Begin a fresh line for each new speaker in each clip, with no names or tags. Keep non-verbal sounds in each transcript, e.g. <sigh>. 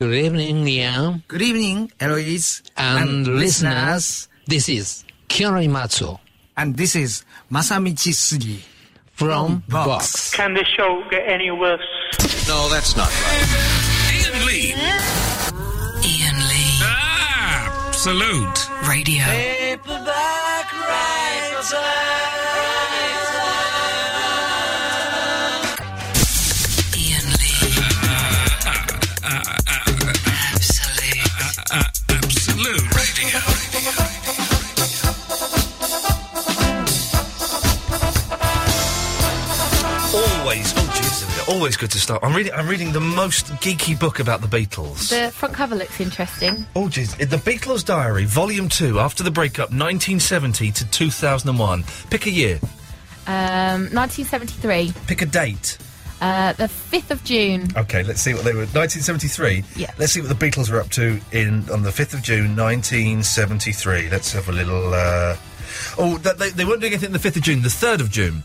Good evening, Liam
Good evening, Eloise
and, listeners. This is Kyori Matsuo
And this is Masamichi Sugi.
from
Vox.
Vox.
Can the show get any worse?
No, that's not right.
Ian Lee.
Ian Lee.
Ah, salute.
Radio. Ian Lee. Absolute.
Absolute radio.
Always, oh Jesus, always good to start. I'm reading, I'm reading the most geeky book about the Beatles.
The front cover looks interesting.
oh jeez, the Beatles Diary, Volume Two, after the breakup, 1970 to 2001. Pick a year,
Um, 1973,
pick a date.
uh, the 5th of June.
Okay, let's see what they were. 1973.
Yeah.
Let's see what the Beatles were up to in on the 5th of June, 1973. Let's have a little. Uh... Oh, that, they, they weren't doing anything on the 5th of June. The 3rd of June.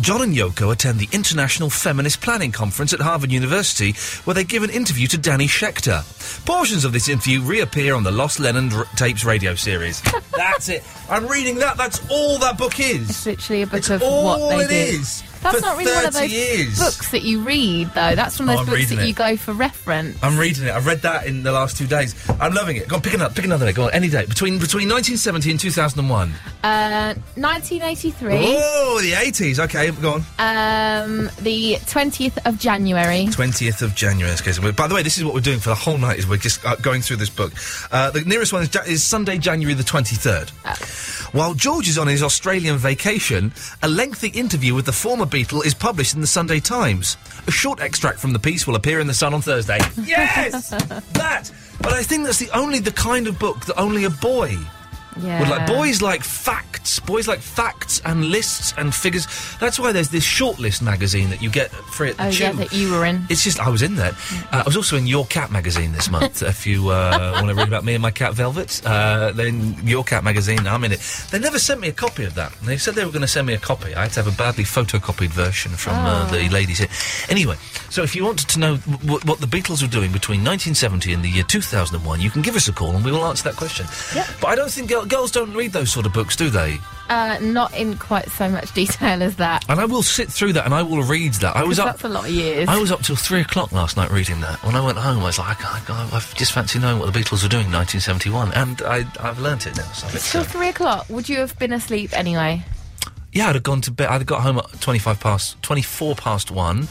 John and Yoko attend the International Feminist Planning Conference at Harvard University, where they give an interview to Danny Schechter. Portions of this interview reappear on the Lost Lennon r- tapes radio series. That's it. I'm reading that. That's all that book
It's
is.
literally a book
It's
of
all
what they
it
do.
is
That's
for
not really one of
30
those
years.
books that you read, though. That's one of
Oh,
those
I'm
books
reading
that
it.
you go for reference.
I'm reading it. I read that in the last two days. I'm loving it. Go on, pick another. Pick another. Go on, any date between between 1970 and 2001.
Uh, 1983,
Oh, the 80s. Okay, go on.
um, the 20th of January.
20th of January. In this case. By the way, this is what we're doing for the whole night. Is we're just uh, going through this book. Uh, the nearest one is, Ja- is Sunday, January the 23rd. While George is on his Australian vacation, a lengthy interview with the former Beatle is published in the Sunday Times. A short extract from the piece will appear in the Sun on Thursday.
<laughs>
Yes, that. But I think that's the only the kind of book that only a boy
Yeah.
Well, like boys like facts, boys like facts and lists and figures. That's why there's this shortlist magazine that you get free at the
Oh,
Chew.
yeah, that you were in.
It's just I was in there. Uh, I was also in Your Cat magazine this
<laughs>
month. if you uh, want to read about me and my cat Velvet, uh, then Your Cat magazine. I'm in it. They never sent me a copy of that. They said they were going to send me a copy. I had to have a badly photocopied version from uh, the
Ah.
ladies here. Anyway, so if you wanted to know w- w- what the Beatles were doing between 1970 and the year 2001, you can give us a call and we will answer that question. But I don't think girl- girls don't read those sort of books, do they?
Uh, not in quite so much detail as that.
And I will sit through that and I will read that. I was up.
That's a lot of years.
I was up till three o'clock last night reading that. When I went home, I was like, I, I, I've just fancy knowing what the Beatles were doing in 1971, and I, I've learnt it now. So
It's
it's,
Till
uh,
three o'clock. Would you have been asleep anyway?
yeah, I'd have gone to bed. I'd have got home at 25 past, 24 past one.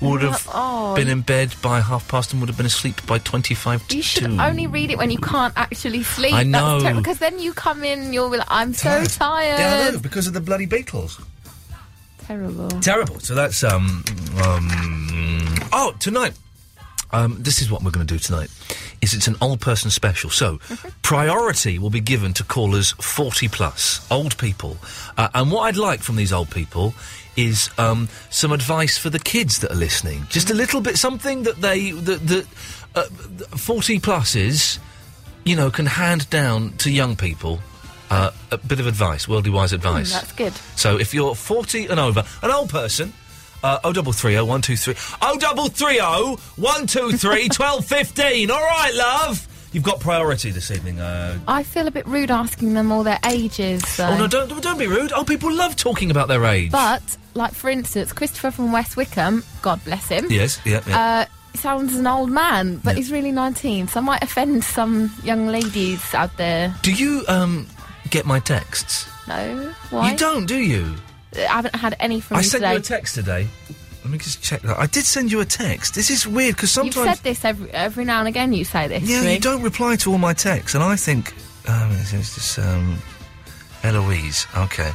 Would have
on.
been in bed by half past and would have been asleep by 25 to
You should
two.
only read it when you can't actually sleep.
Hmm. I know.
Because then you come in and you'll be like, I'm so tired.
Yeah, I know, because of the bloody Beatles.
Terrible.
Terrible. So that's um um oh tonight. Um, this is what we're going to do tonight. Is it's an old person special. So priority will be given to callers forty plus old people. Uh, and what I'd like from these old people is um, some advice for the kids that are listening. Just a little bit something that they that that uh, forty pluses you know can hand down to young people. Uh, a bit of advice, worldly wise advice.
Mm, That's good.
So if you're 40 and over, an old person, uh, 0330 123 0330 123 1215. All right, love. You've got priority this evening. Uh,
I feel a bit rude asking them all their ages. Though.
oh, no, don't, don't be rude. Old people love talking about their age.
But, like, for instance, Christopher from West Wickham, God bless him,
yes, yeah, yeah.
uh, sounds an old man, but
Yeah.
he's really 19, so I might offend some young ladies out there.
Do you um, get my texts?
No? Why?
You don't, do you?
I haven't had any from
I
you
sent
today.
you a text today. Let me just check that. I did send you a text. This is weird because
You've
sometimes.
said this every, every now and again, you say this.
Yeah,
to me.
you don't reply to all my texts, and I think um, it's, it's just um, Eloise. Okay.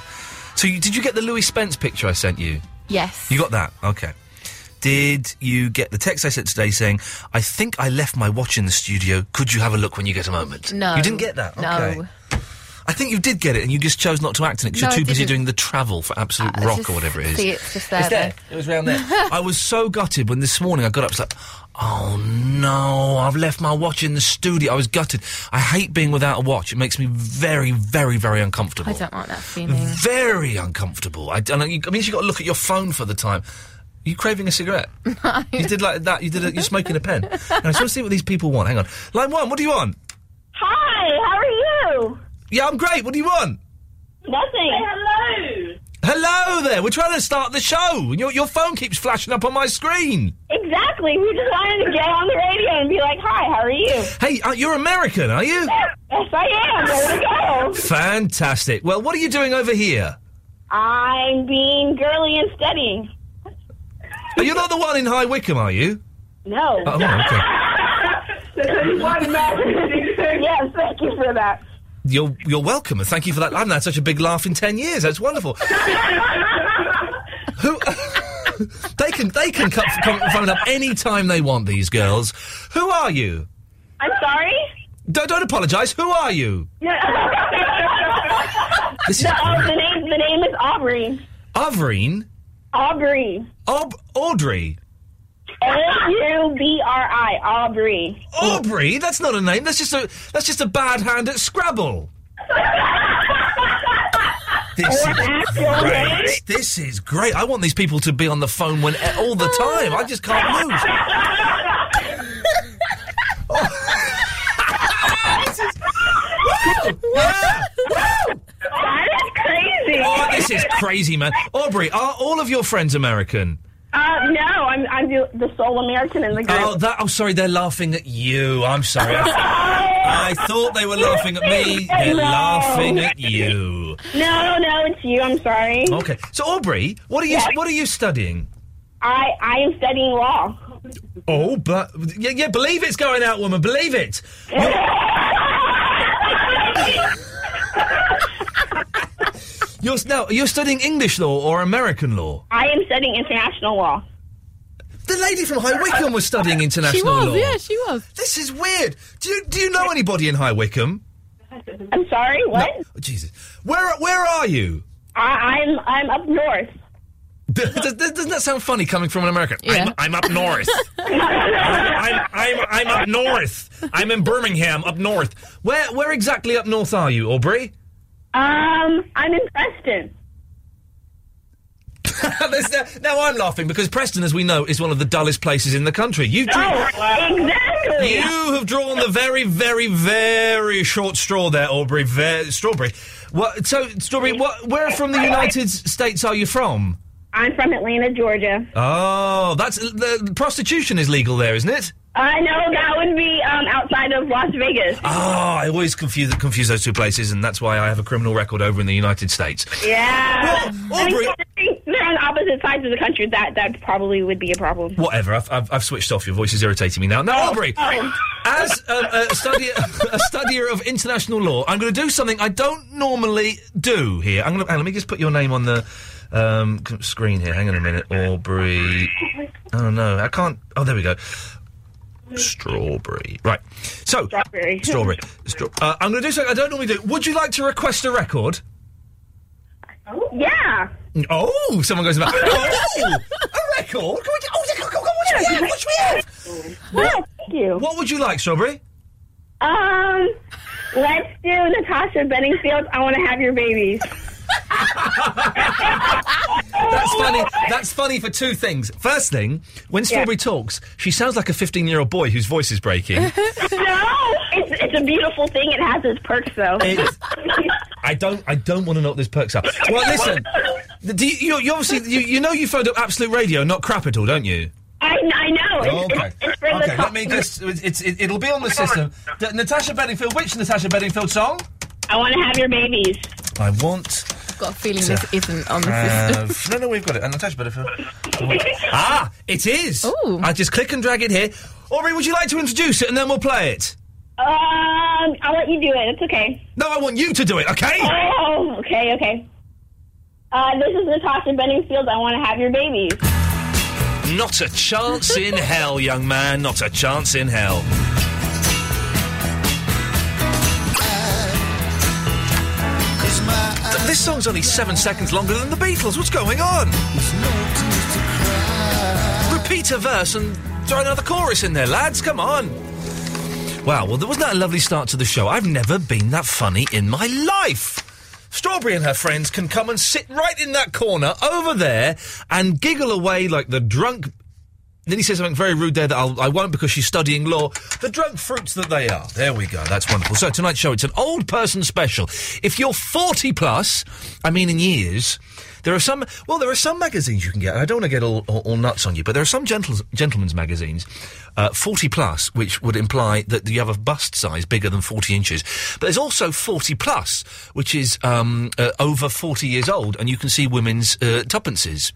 So you, did you get the Louis Spence picture I sent you?
Yes.
You got that? Okay. Did you get the text I sent today saying, "I think I left my watch in the studio. Could you have a look when you get a moment?"
No.
You didn't get that. Okay.
No.
I think you did get it, and you just chose not to act on it because
No,
you're
I
too busy
didn't.
doing the travel for Absolute
I
Rock
just
or whatever it is.
see it's just there,
It's It was round there. I was so gutted when this morning I got up. It's like, oh no, I've left my watch in the studio. I was gutted. I hate being without a watch. It makes me very, very, very uncomfortable.
I don't like that feeling.
Very uncomfortable. I, and I, I mean, you've got to look at your phone for the time. you craving a cigarette? you did like that. You did. A, you're smoking a pen. Now, I just want to see what these people want. Hang on. Line one. What do you want?
Hi, how are you?
Yeah, I'm great. What do you want?
Nothing. hello.
Hello there. We're trying to start the show. and Your your phone keeps flashing up on my screen.
Exactly. We just wanted to get on the radio and be like, "Hi, how are you?"
Hey, uh, you're American, are you?
Yes, I am. There we go.
Fantastic. Well, what are you doing over here?
I'm being girly and studying.
Oh, You're not the one in High Wycombe, are you?
No. <laughs>
Oh, okay.
yes, thank you for that.
You're you're welcome, and thank you for that. I haven't had such a big laugh in ten years. That's wonderful. Who? <laughs> they can they can cut, come phone up any time they want. These girls. Who are you?
I'm sorry. <laughs>
Don't, don't apologise. Who are you? This is-
no, oh, the name the name is Aubrey.
Avreen.
Aubrey.
Ob- Audrey.
A U B R I. Aubrey.
Aubrey. That's not a name. That's just a that's just a bad hand at Scrabble. This is great. This is great. I want these people to be on the phone when eh, all the time. I just can't lose.
That is crazy.
Oh, this is crazy, man. Aubrey, are all of your friends American?
Uh, no, I'm I'm the, the sole American in the group.
Oh, that. I'm sorry, they're laughing at you. I'm sorry. I, I thought they were laughing at me. They're
No.
laughing at you.
No, no, it's you. I'm sorry.
Okay. So, Aubrey, what are you? What are you studying?
I I am studying law.
Oh, but yeah, yeah. Believe it's going out, woman. Believe it. You're s- now you're studying English law or American law.
I am studying international law.
The lady from High Wycombe was studying international
<laughs> She was,
law.
yeah, she was.
This is weird. Do you, do you know anybody in High Wycombe?
I'm sorry. What?
Oh, Jesus, where where are you?
I, I'm I'm up north.
<laughs> Does- does- Doesn't that sound funny coming from an American?
Yeah.
I'm, I'm up
<laughs>
north. I'm, I'm, I'm up north. I'm in Birmingham, up north. Where where exactly up north are you, Aubrey?
Um, I'm in Preston.
<laughs> There's no- now I'm laughing because Preston, as we know, is one of the dullest places in the country. You drew,
Oh, exactly.
you have drawn the very, very, very short straw there, Aubrey. Ve- strawberry. What, so, Strawberry, what, where from the United States are you from?
I'm from Atlanta, Georgia.
Oh, that's the prostitution is legal there, isn't it?
I know that would be um outside of Las Vegas.
Ah, I always confuse confuse those two places, and that's why I have a criminal record over in the United States.
yeah.
Well, Aubrey-
I mean, they're on opposite sides of the country. That that probably would be a problem.
Whatever, I've, I've, I've switched off. Your voice is irritating me now. Now, Aubrey,
oh.
as um, a, studier, <laughs> a studier of international law, I'm going to do something I don't normally do here. I'm going to let me just put your name on the um, c- screen here. Hang on a minute, Aubrey. Oh no, I can't. Oh, there we go. Strawberry. Right. So
Strawberry.
Strawberry. Straw- uh, I'm going to do something I don't normally do. Would you like to request a record? <laughs>
Yeah.
Oh, someone
<laughs>
goes about. Oh, a record? Can we do- oh, yeah, come, come, come, what should we have? What should we have?
Well, thank you.
What would you like, Strawberry?
Um, let's do Natasha Bedingfield. I want to have your babies.
That's funny. That's funny for two things. First thing, when Strawberry talks, she sounds like a 15 year old boy whose voice is breaking.
<laughs> No, it's it's a beautiful thing. It has its perks though.
It- I don't. I don't want to know what this perks up. Well, listen. the- Do you, you, you obviously you, you know you phoned up Absolute Radio, not crap at all, don't you?
<laughs> I, I know. It's,
Okay.
it's, it's for the
Okay.
top-
Let me just. It's, it, it'll be on the system. D- Natasha Bedingfield. Which Natasha Bedingfield song?
I want to have your babies.
I want
Got a feeling this isn't on the system.
Uh, <laughs> no, no, we've got it. And Natasha Bedingfield. ah, it is.
Ooh.
I just click and drag it here. Aubrey, would you like to introduce it and then we'll play it?
Um, I'll let you do it. It's okay.
No, I want you to do it, okay?
Oh, okay, okay. Uh, this is Natasha Bedingfield. I want to have your babies.
Not a chance in hell, young man. Not a chance in hell. Th- This song's only seven seconds longer than the Beatles. What's going on? Repeat a verse and throw another chorus in there, lads. Come on. Wow, well, there wasn't that a lovely start to the show? I've never been that funny in my life. Strawberry and her friends can come and sit right in that corner over there and giggle away like the drunk. Then he says something very rude there that I'll, I won't because she's studying law. The drunk fruits that they are. There we go. That's wonderful. So tonight's show, it's an old person special. If you're 40 plus, I mean in years, there are some, well, there are some magazines you can get. I don't want to get all, all, all nuts on you, but there are some gentles, gentlemen's magazines, uh, 40 plus, which would imply that you have a bust size bigger than 40 inches. But there's also 40 plus, which is um, uh, over 40 years old, and you can see women's uh, tuppences,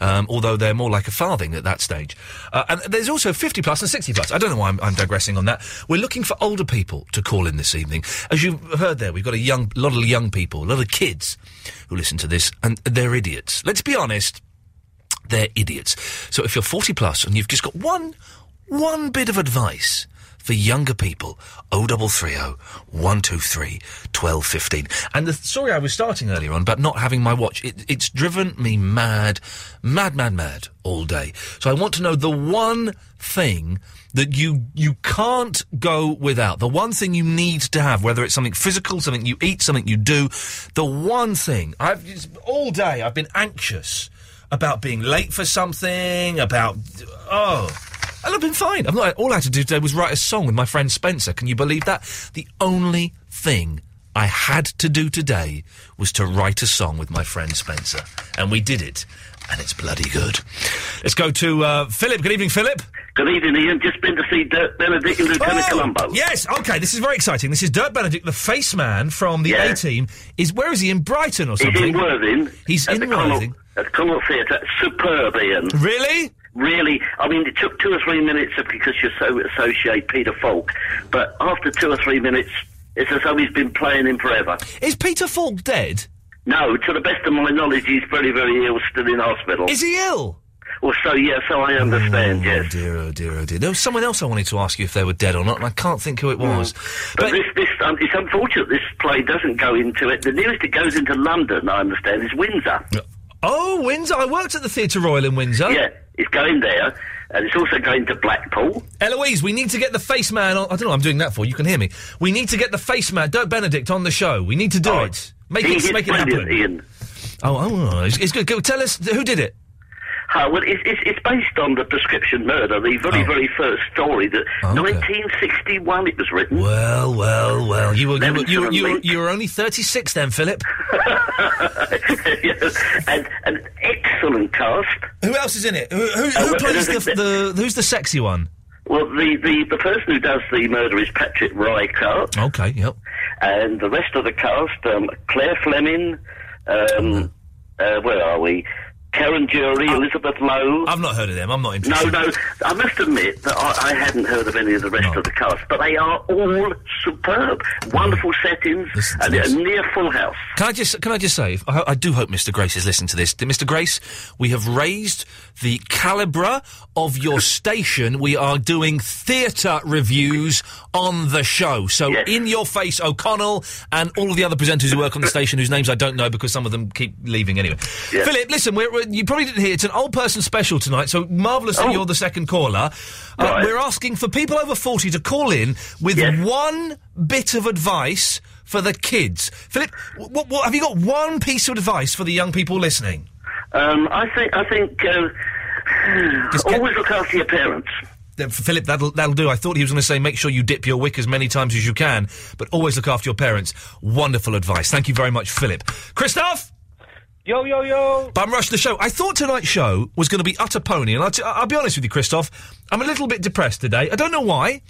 um, although they're more like a farthing at that stage. Uh, and there's also 50 plus and 60 plus. I don't know why I'm, I'm digressing on that. We're looking for older people to call in this evening. As you've heard there, we've got a young, lot of young people, a lot of kids who listen to this, and they're idiots. Let's be honest, they're idiots. So if you're 40 plus and you've just got one, one bit of advice for younger people, 0330 123 1215. And the story I was starting earlier on about not having my watch, it, it's driven me mad, mad, mad, mad all day. So I want to know the one thing that you you can't go without, the one thing you need to have, whether it's something physical, something you eat, something you do, the one thing. I've it's- all day I've been anxious about being late for something, about oh. And I've been fine. I'm not. All I had to do today was write a song with my friend Spencer. Can you believe that? The only thing I had to do today was to write a song with my friend Spencer, and we did it, and it's bloody good. Let's go to uh, Philip. Good evening, Philip.
Good evening, Ian. Just been to see Dirk Benedict and Lieutenant
Oh,
Colombo.
Yes. Okay. This is very exciting. This is Dirk Benedict, the face man from the
Yeah.
A Team. Is where is he in Brighton or
He's
something?
in Worthing.
He's
at
in
the Connaught-
Worthing.
At Connaught Theatre. Superb, Ian.
Really?
Really. I mean, it took two or three minutes because you're so associate Peter Falk. But after two or three minutes, it's as though he's been playing him forever.
Is Peter Falk dead?
No, to the best of my knowledge, he's very, very ill, still in hospital.
Is he ill?
Well, so, yeah, so I understand, yes.
Oh dear, oh dear, oh dear. There was someone else I wanted to ask you if they were dead or not, and I can't think who it
Hmm.
was.
But, this, this, um, it's unfortunate this play doesn't go into it. The nearest it goes into London, I understand, is Windsor.
Oh, Windsor. I worked at the Theatre Royal in Windsor.
Yeah, it's going there, and it's also going to Blackpool.
Eloise, we need to get the face man on. I don't know what I'm doing that for. You can hear me. We need to get the face man, Dirk Benedict, on the show. We need to do it. Make
He
it,
is
make it happen.
brilliant, Ian.
Oh, oh, it's, it's good. Go, tell us who did it.
Uh, well, it's, it's, it's based on the prescription murder, the
Oh.
very, very first story that 1961 it was written.
Well, well, well. You were you were, you were,
Leamington
you were,
Link.
you were only 36
<laughs>
then, Philip.
and an excellent cast.
Who else is in it? Who, who,
Uh,
who
well,
plays
I
the,
don't think
the who's the sexy one?
Well, the, the, the person who does the murder is Patrick Rycart,
Okay, yep.
and the rest of the cast, um, Claire Fleming,
Mm.
um, uh, where are we? Karen Jury, Elizabeth Lowe.
I've not heard of them. I'm not
No,
interested.
no. I must admit that I, I hadn't heard of any of the rest of the cast, but they are all superb, wonderful settings,
Mm. Listen to
and they're
this.
near full house.
Can I just can I just say I, I do hope Mr. Grace is listening to this. Dear Mr. Grace, we have raised the calibre
<laughs>
of your station. We are doing theatre reviews on the show. So
Yes.
in your face, O'Connell and all of the other presenters who
<laughs>
work on the station, whose names I don't know because some of them keep leaving anyway.
Yes.
Philip, listen, we're, we're- you probably didn't hear. It's an old person special tonight, so marvellous that
Oh.
you're the second caller. Uh,
Right.
We're asking for people over forty to call in with
Yes.
one bit of advice for the kids. Philip, what, what, have you got one piece of advice for the young people listening?
Um, I think, I think, uh,
Just get-
always look after your parents.
Then, Philip, that'll, that'll do. I thought he was going to say make sure you dip your wick as many times as you can, but always look after your parents. Wonderful advice. Thank you very much, Philip. Christoph!
Yo, yo, yo.
Bum Rush the show. I thought tonight's show was going to be utter pony, and I'll, t- I'll be honest with you, Christoph. I'm a little bit depressed today. I don't know why.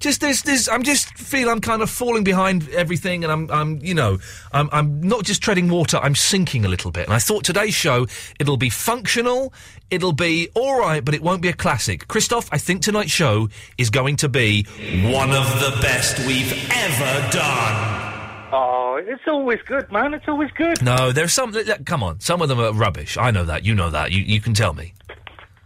Just there's, there's, I'm just feel I'm kind of falling behind everything, and I'm, I'm, you know, I'm, I'm not just treading water. I'm sinking a little bit. And I thought today's show it'll be functional, it'll be all right, but it won't be a classic. Christoph, I think tonight's show is going to be one of the best we've ever done.
Oh, it's always good, man. It's always
<laughs>
good.
No, there's some. l- l- Come on, some of them are rubbish. I know that. You know that. You, you can tell me.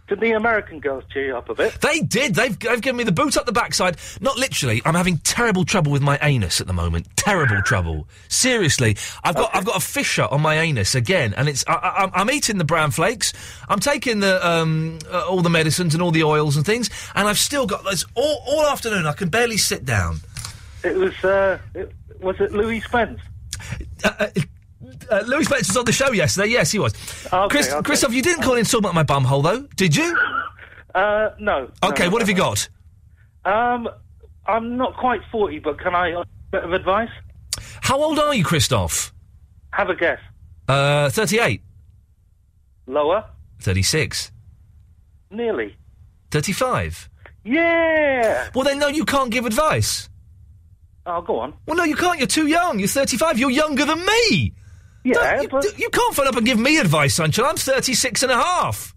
Did the American girls cheer you up a bit?
They did. They've, they've given me the boot up the backside. Not literally. I'm having terrible trouble with my anus at the moment. Terrible trouble. Seriously, I've got I've got a fissure on my anus again, and it's I, I, I'm- I'm eating the brown flakes. I'm taking the um, uh, all the medicines and all the oils and things, and I've still got this all, all afternoon. I can barely sit down.
It was, uh, it, was it Louis Spence?
Uh, uh, uh, Louis Fletch was on the show yesterday. Yes, he was. Chris, Christoph, you didn't call in to talk about my bum hole, though, did you?
Uh, no.
Okay,
no,
what have
no,
you got?
no. Um, I'm not quite 40, but can I a bit of advice?
How old are you, Christoph?
Have a guess.
Uh, 38,
Lower?
36,
Nearly.
35.
Yeah.
Well, then, no, you can't give advice.
Oh, go on.
Well, no, you can't. You're too young. You're 35. You're younger than me. Yeah, you, d- you can't phone up and give me advice, Sancho. I'm 36 and a half.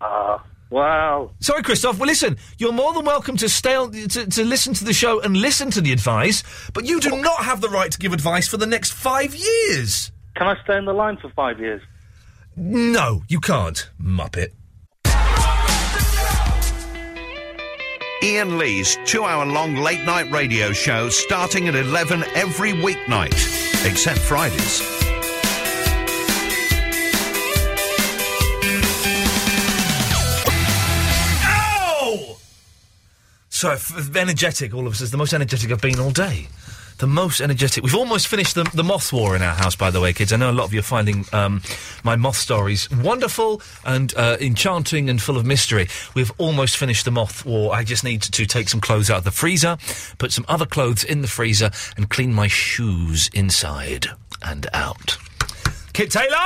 Ah, wow.
Sorry, Christoph. Well, listen, you're more than welcome to stay on, to, to listen to the show and listen to the advice, but you do not have the right to give advice for the next five years.
Can I stay on the line for five years?
No, you can't, Muppet.
Ian Lee's two hour long late night radio show starting at 11 every weeknight, except Fridays.
Ow! So f- f- energetic, all of us. is the most energetic I've been all day. The most energetic. We've almost finished the, the moth war in our house, by the way, kids. I know a lot of you are finding um, my moth stories wonderful and uh, enchanting and full of mystery. We've almost finished the moth war. I just need to take some clothes out of the freezer, put some other clothes in the freezer, and clean my shoes inside and out. Kit Taylor!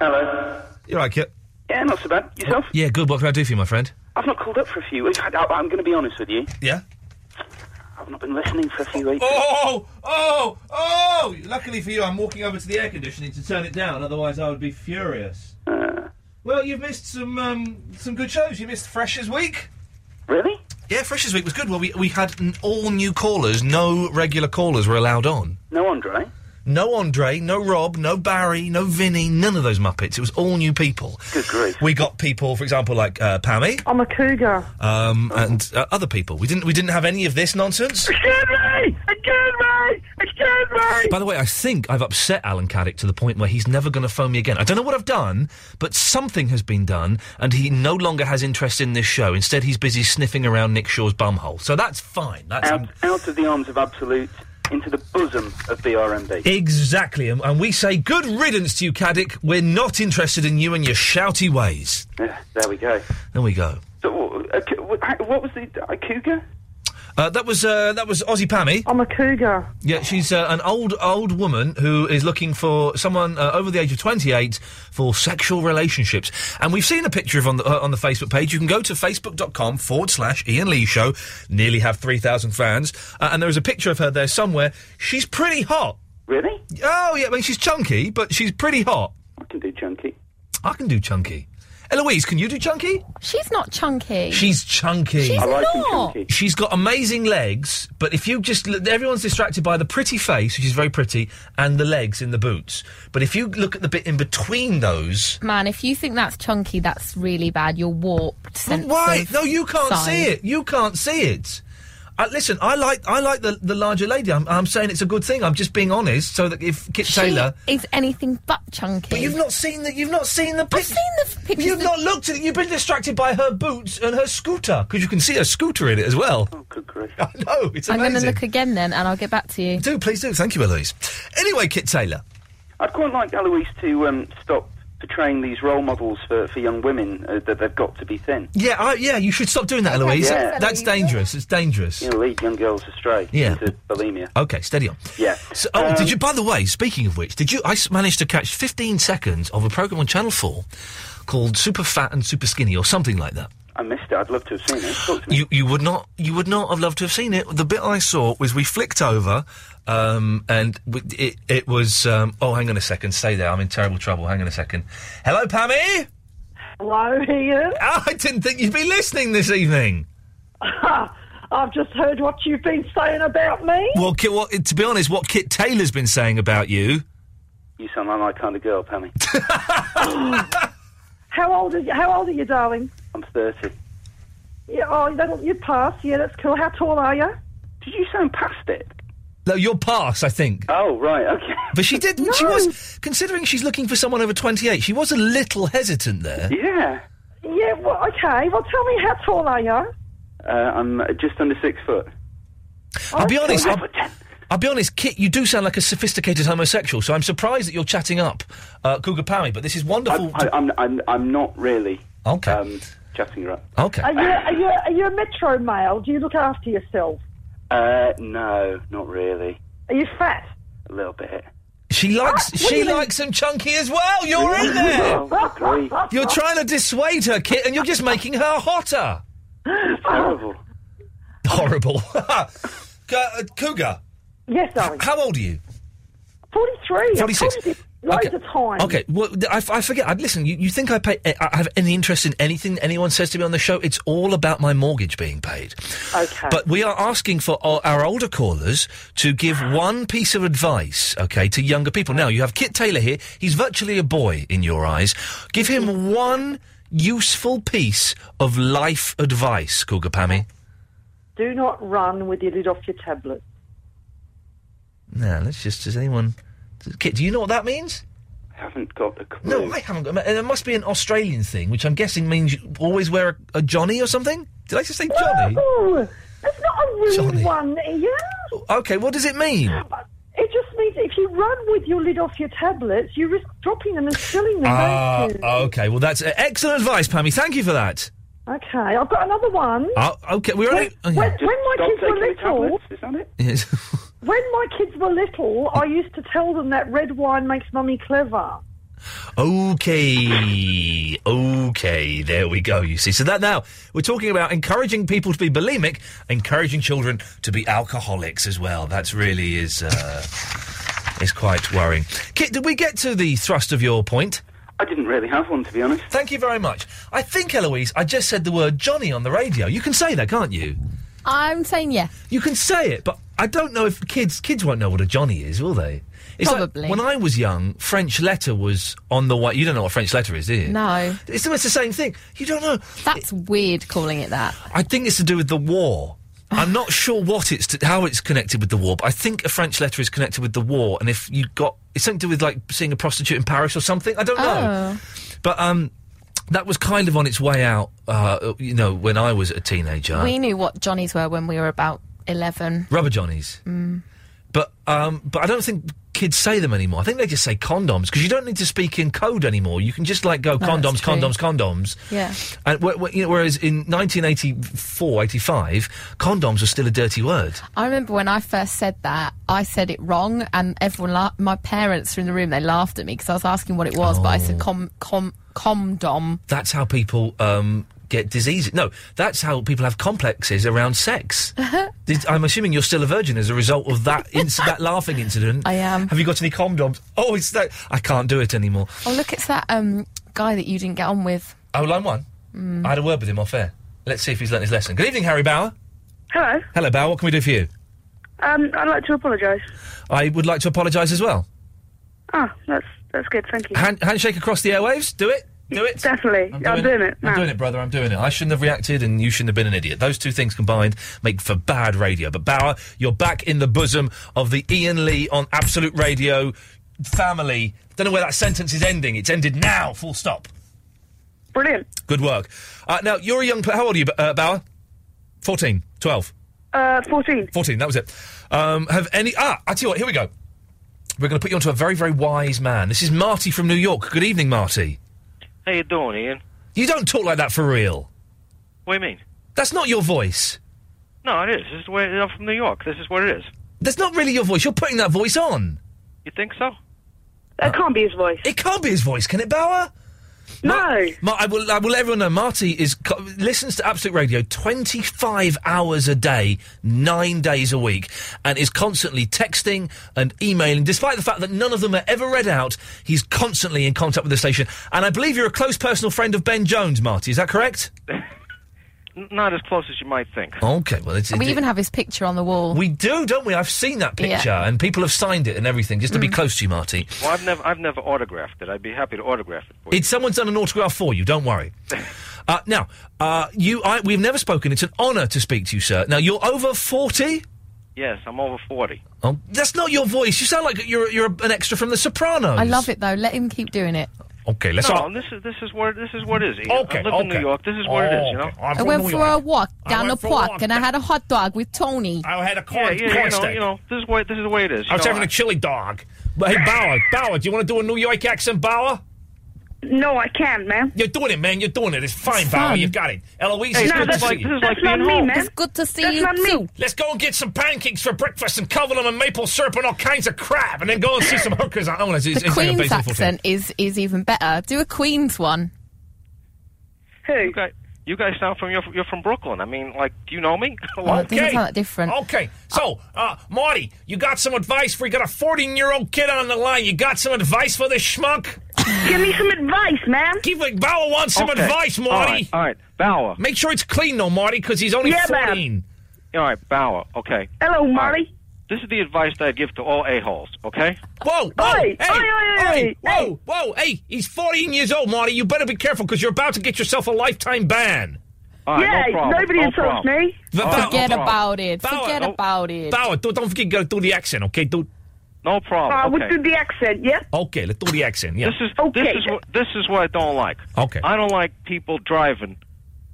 Hello.
You're right, Kit.
Yeah, not so bad. Yourself?
Yeah, good. What can I do for you, my friend?
I've not called up for a few weeks. I, I, am going to be honest with you.
Yeah?
I've not been listening for a few weeks.
Oh, oh, oh! Luckily for you, I'm walking over to the air conditioning to turn it down. Otherwise, I would be furious.
Uh.
Well, you've missed some um, some good shows. You missed Freshers Week.
Really?
Yeah, Freshers Week was good. Well, we we had n- all new callers. No regular callers were allowed on.
No Andre.
No Andre, no Rob, no Barry, no Vinny, none of those Muppets. It was all new people.
Good grief. Oh.
We got people, for example, like uh, Pammy
I'm a cougar. <laughs>
um, and uh, other people. We didn't we didn't have any of this nonsense.
me! Excuse me! Excuse me!
By the way, I think I've upset Alan Caddick to the point where he's never going to phone me again. I don't know what I've done, but something has been done, and he no longer has interest in this show. Instead, he's busy sniffing around Nick Shaw's bumhole. So that's fine. That's
out, out of the arms of absolute, into the bosom of BRMB.
exactly. And, and we say good riddance to you, Caddick. We're not interested in you and your shouty ways.
Yeah, there we go.
There we go.
So, uh, c- wh- how- what was the a cougar?
Uh, that was uh, that was Aussie Pammy.
I'm a cougar.
Yeah, she's uh, an old old woman who is looking for someone uh, over the age of 28 for sexual relationships. And we've seen a picture of on the uh, on the Facebook page. You can go to facebook.com forward slash Ian Lee Show. Nearly have 3,000 fans, uh, and there is a picture of her there somewhere. She's pretty hot.
Really?
Oh yeah, I mean she's chunky, but she's pretty hot.
I can do chunky.
I can do chunky. Eloise, can you do chunky?
She's not chunky.
She's chunky.
She's I like them not. chunky.
She's got amazing legs, but if you just look, everyone's distracted by the pretty face, which is very pretty, and the legs in the boots. But if you look at the bit in between those,
Man, if you think that's chunky, that's really bad. You're warped. Sense
oh, why?
of
No, you can't
size.
see it. You can't see it. Uh, listen, I like I like the, the larger lady. I'm, I'm saying it's a good thing. I'm just being honest, so that if Kit
She
Taylor.
is anything but chunky.
But you've not seen the you've not seen the picture. I've seen the picture. You've not looked at it. You've been distracted by her boots and her scooter because you can see her scooter in it as well. Oh,
good grief!
<laughs> I know it's
I'm
amazing.
going to look again then, and I'll get back to you.
Do please do. Thank you, Eloise. Anyway, Kit Taylor.
I'd quite like Eloise to um, stop portraying these role models for, for young women uh, that they've got to be thin.
Yeah, I, yeah. You should stop doing that, Eloise.
Yeah.
That's dangerous. It's dangerous.
You know, lead young girls astray
Yeah.
into bulimia.
Okay, steady on.
Yeah.
So, oh,
Um,
did you? By the way, speaking of which, did you? I s- managed to catch 15 seconds of a program on Channel Four called Super Fat and Super Skinny or something like that.
I missed it. I'd love to have seen it. Talk to me.
You you would not you would not have loved to have seen it. The bit I saw was we flicked over, um, and w- it it was um, oh hang on a second, stay there. I'm in terrible trouble. Hang on a second. Hello, Pammy. Oh,
Hello, Ian.
I didn't think you'd be listening this evening.
I've just heard what you've been saying
<laughs>
about me.
Well, Kit, what, to be honest, what Kit Taylor's been saying about you.
You sound like my kind of girl,
<laughs>
Pammy.
How old are you? How old are you, darling?
I'm 30.
Yeah, oh, that'll, you pass. Yeah, that's cool. How tall are you?
Did you sound past it?
No, you're pass, I think.
Oh, right, okay.
But she did. She was considering she's looking for someone over twenty-eight. She was a little hesitant there.
Yeah.
Yeah, Well, okay. Well, tell me, how tall are you?
Uh, I'm uh, just under six foot.
I'll
Oh,
be honest. I'll, I'll be honest, Kit. You do sound like a sophisticated homosexual, so I'm surprised that you're chatting up uh, Cougar Pally. But this is wonderful.
I, I'm, I'm, I'm not really.
Okay.
Um, chatting her up.
Okay.
Are you, are you are you a metro male? Do you look after yourself?
Uh, no, not really.
Are you fat?
A little bit.
She
Ah,
likes
what do
she
you mean?
likes him chunky as well. You're in
<laughs> Well, I agree.
there. You're trying to dissuade her, Kit, and you're just making her hotter.
It's terrible.
Horrible. <laughs> C- uh, Cougar.
Yes, darling.
How old are you?
Forty-three. I've
46.
told you this Loads
Okay.
of times.
Okay, well, th- I, f- I forget. I, listen, you, you think I pay? I I have any interest in anything anyone says to me on the show? It's all about my mortgage being paid.
Okay.
But we are asking for our, our older callers to give one piece of advice, okay, to younger people. Now you have Kit Taylor here. He's virtually a boy in your eyes. Give him one useful piece of life advice, Cougar Pammy.
Do not run with your lid off your tablet.
Now let's just. Does anyone? Kit, do you know what that means?
Haven't got a clue.
No, I haven't got. and There must be an Australian thing, which I'm guessing means you always wear a, a Johnny or something. Did I just say Johnny?
Oh, that's not a rude
Johnny.
one, Ian.
Okay, what does it mean?
It just means if you run with your lid off your tablets, you risk dropping them and spilling them.
Ah,
don't you?
okay. Well, that's uh, excellent advice, Pammy. Thank you for that.
Okay, I've got another one.
Uh, okay, we're only.
When,
okay.
when my kids were little,
Yes.
when my kids were little,
Oh.
I used to tell them that red wine makes mummy clever.
Okay, okay, there we go. You see, so that now we're talking about encouraging people to be bulimic, encouraging children to be alcoholics as well. That's really is uh, is quite worrying. Kit, did we get to the thrust of your point?
I didn't really have one, to be honest.
Thank you very much. I think, Eloise, I just said the word Johnny on the radio. You can say that, can't you?
I'm saying yes.
You can say it, but I don't know if kids kids won't know what a Johnny is, will they? like
Probably.
when I was young, French letter was on the way. You don't know what French letter is, do you?
No.
It's almost the same thing. You don't know.
That's weird calling it that.
I think it's to do with the war.
<laughs>
I'm not sure what it's to, how it's connected with the war, but I think a French letter is connected with the war. And if you got it's something to do with like seeing a prostitute in Paris or something. I don't know.
Oh.
But um, that was kind of on its way out. Uh, you know, when I was a teenager,
We knew what Johnnies were when we were about 11.
rubber johnnies.
Mm.
But um, but I don't think kids say them anymore. I think they just say condoms because you don't need to speak in code anymore. You can just like go
No,
condoms,
that's true.
condoms, condoms.
Yeah.
And wh- wh- you know, whereas in 1984, 85, condoms were still a dirty word.
I remember when I first said that, I said it wrong, and everyone, la- my parents were in the room, they laughed at me because I was asking what it was, but I said com, com, comdom.
That's how people um, get diseases. No, that's how people have complexes
<laughs>
around sex. Did, I'm assuming you're still a virgin as a result of that inc- that laughing
<laughs>
incident.
I am.
Have you got any condoms? Oh, it's that. I can't do it anymore.
Oh, look, it's that um, guy that you didn't get on with.
Oh, line one.
Mm.
I had a word with him off air. Let's see if he's learnt his lesson. Good evening, Harry Bauer.
Hello.
Hello, Bauer. What can we do for you?
Um, I'd like to apologise.
I would like to apologise as well.
Ah, that's that's good. Thank you.
Hand, handshake across the airwaves. Do it. Do it.
Definitely. I'm doing, it. now.
I'm doing it, brother. I'm doing it. I shouldn't have reacted, and you shouldn't have been an idiot. Those two things combined make for bad radio. But Bauer, you're back in the bosom of the Ian Lee on Absolute Radio family. Don't know where that sentence is ending. It's ended now. Full stop.
Brilliant.
Good work. Uh, now you're a young. pla- How old are you, B- uh, Bauer? 14, 12.
Uh, 14.
14, that was it. Um, have any. Ah, I tell you what, here we go. We're going to put you onto a very, very wise man. This is Marty from New York. Good evening, Marty.
How you doing, Ian?
You don't talk like that for real.
What do you mean?
That's not your voice.
No, it is. This is where I'm from New York. This is what it is.
That's not really your voice. You're putting that voice on. Uh,
You think so?
That can't be his voice.
It can't be his voice, can it, Bauer? No. I, will, I will let everyone know Marty is co- listens to Absolute Radio 25 hours a day, nine days a week, and is constantly texting and emailing. Despite the fact that none of them are ever read out, he's constantly in contact with the station. And I believe you're a close personal friend of Ben Jones, Marty. Is
<laughs>
that correct?
N- not as close as you might think.
Okay, well, it's,
we
it-
even have his picture on the wall.
we do, don't we? I've seen that
Yeah.
picture, and people have signed it and everything, just to be
Mm.
close to you, Marty.
Well, I've never, I've never autographed it. I'd be happy to autograph it.
It's someone's done an autograph for you. Don't worry. Uh, now, uh, you, I, we've never spoken. It's an honour to speak to you, sir. Now, you're over forty.
Yes, I'm over 40.
Oh, that's not your voice. You sound like you're you're an extra from The Sopranos.
I love it though. Let him keep doing it.
<laughs> Okay, let's
no,
all.
this is this is where this is what it is. Ian.
Okay,
I live in
okay.
New York. This is what it is. You know.
Okay.
I went for a walk
I
down
went
the
for a
park
walk.
and I had a hot dog with Tony.
I had a
Yeah, yeah, you know, you know, this is where this is the way it is.
I was
You know,
having a chili dog. But hey, Bauer, Bauer, do you want to do a New York accent, Bauer?
No, I can't, man.
You're doing it, man. You're doing it. It's fine,
It's
Bauer.
fun.
You've got it. Eloise,
Hey,
it's
no,
good
that's
to see
like-
you.
that's That's not like being me, home. man. It's
good to see
That's
you
not me.
too.
Let's go and get some pancakes for breakfast and cover them in maple syrup and all kinds of crap, and then go and see some hookers. I want to see.
The Queen's accent is, is even better. Do a Queen's one.
Hey,
you guys, you guys sound from you're, from- you're from Brooklyn. I mean, like, do you know me? <laughs>
Well, it doesn't sound that Oh, different.
Okay, so uh, Marty, you got some advice for you got a 14 year old kid on the line. You got some advice for this schmuck?
Give me some advice, man.
Give Bauer wants some
Okay.
advice, Marty.
All right, all right, Bauer.
Make sure it's clean though, Marty, because he's only
Yeah, man.
14.
All right, Bauer. Okay.
Hello, Marty.
This is the advice that I give to all a holes. Okay.
Whoa, whoa, hey, hey, whoa, whoa, hey, he's 14 years old, Marty. You better be careful because you're about to get yourself a lifetime ban.
Oh, All right, no problem, no problem.
The- Bauer-
Forget
Bauer-
about it.
Bauer,
Forget
no-
about it.
Bauer,
Oh,
do, don't forget you gotta do the accent, okay? Do,
no problem.
Uh, we'll do the accent, yeah?
okay, let's do the accent, yeah.
This is this is what this is what I don't like.
Okay.
I don't like people driving,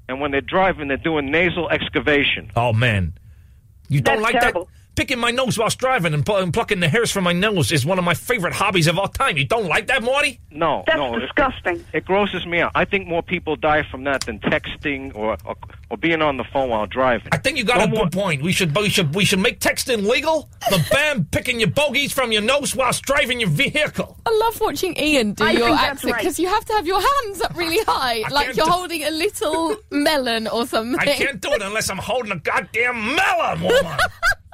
and when they're driving, they're doing nasal excavation.
Oh, man. You don't
That's
like
terrible.
that? Picking my nose whilst driving and, pl- and plucking the hairs from my nose is one of my favorite hobbies of all time. You don't like that, Marty?
No,
That's
no, it-
disgusting.
It, grosses me out. I think more people die from that than texting or or, or being on the phone while driving.
I think you got a good point. We should, we should, we should make texting legal.
<laughs>
The ban picking your bogeys from your nose whilst driving your vehicle.
I love watching Ian do
I
your
think that's
accent
right.
because you have to have your hands up
<laughs>
really high, like
can't
you're
do-
holding a little melon or something.
I can't do it unless I'm holding a goddamn melon, woman.
<laughs>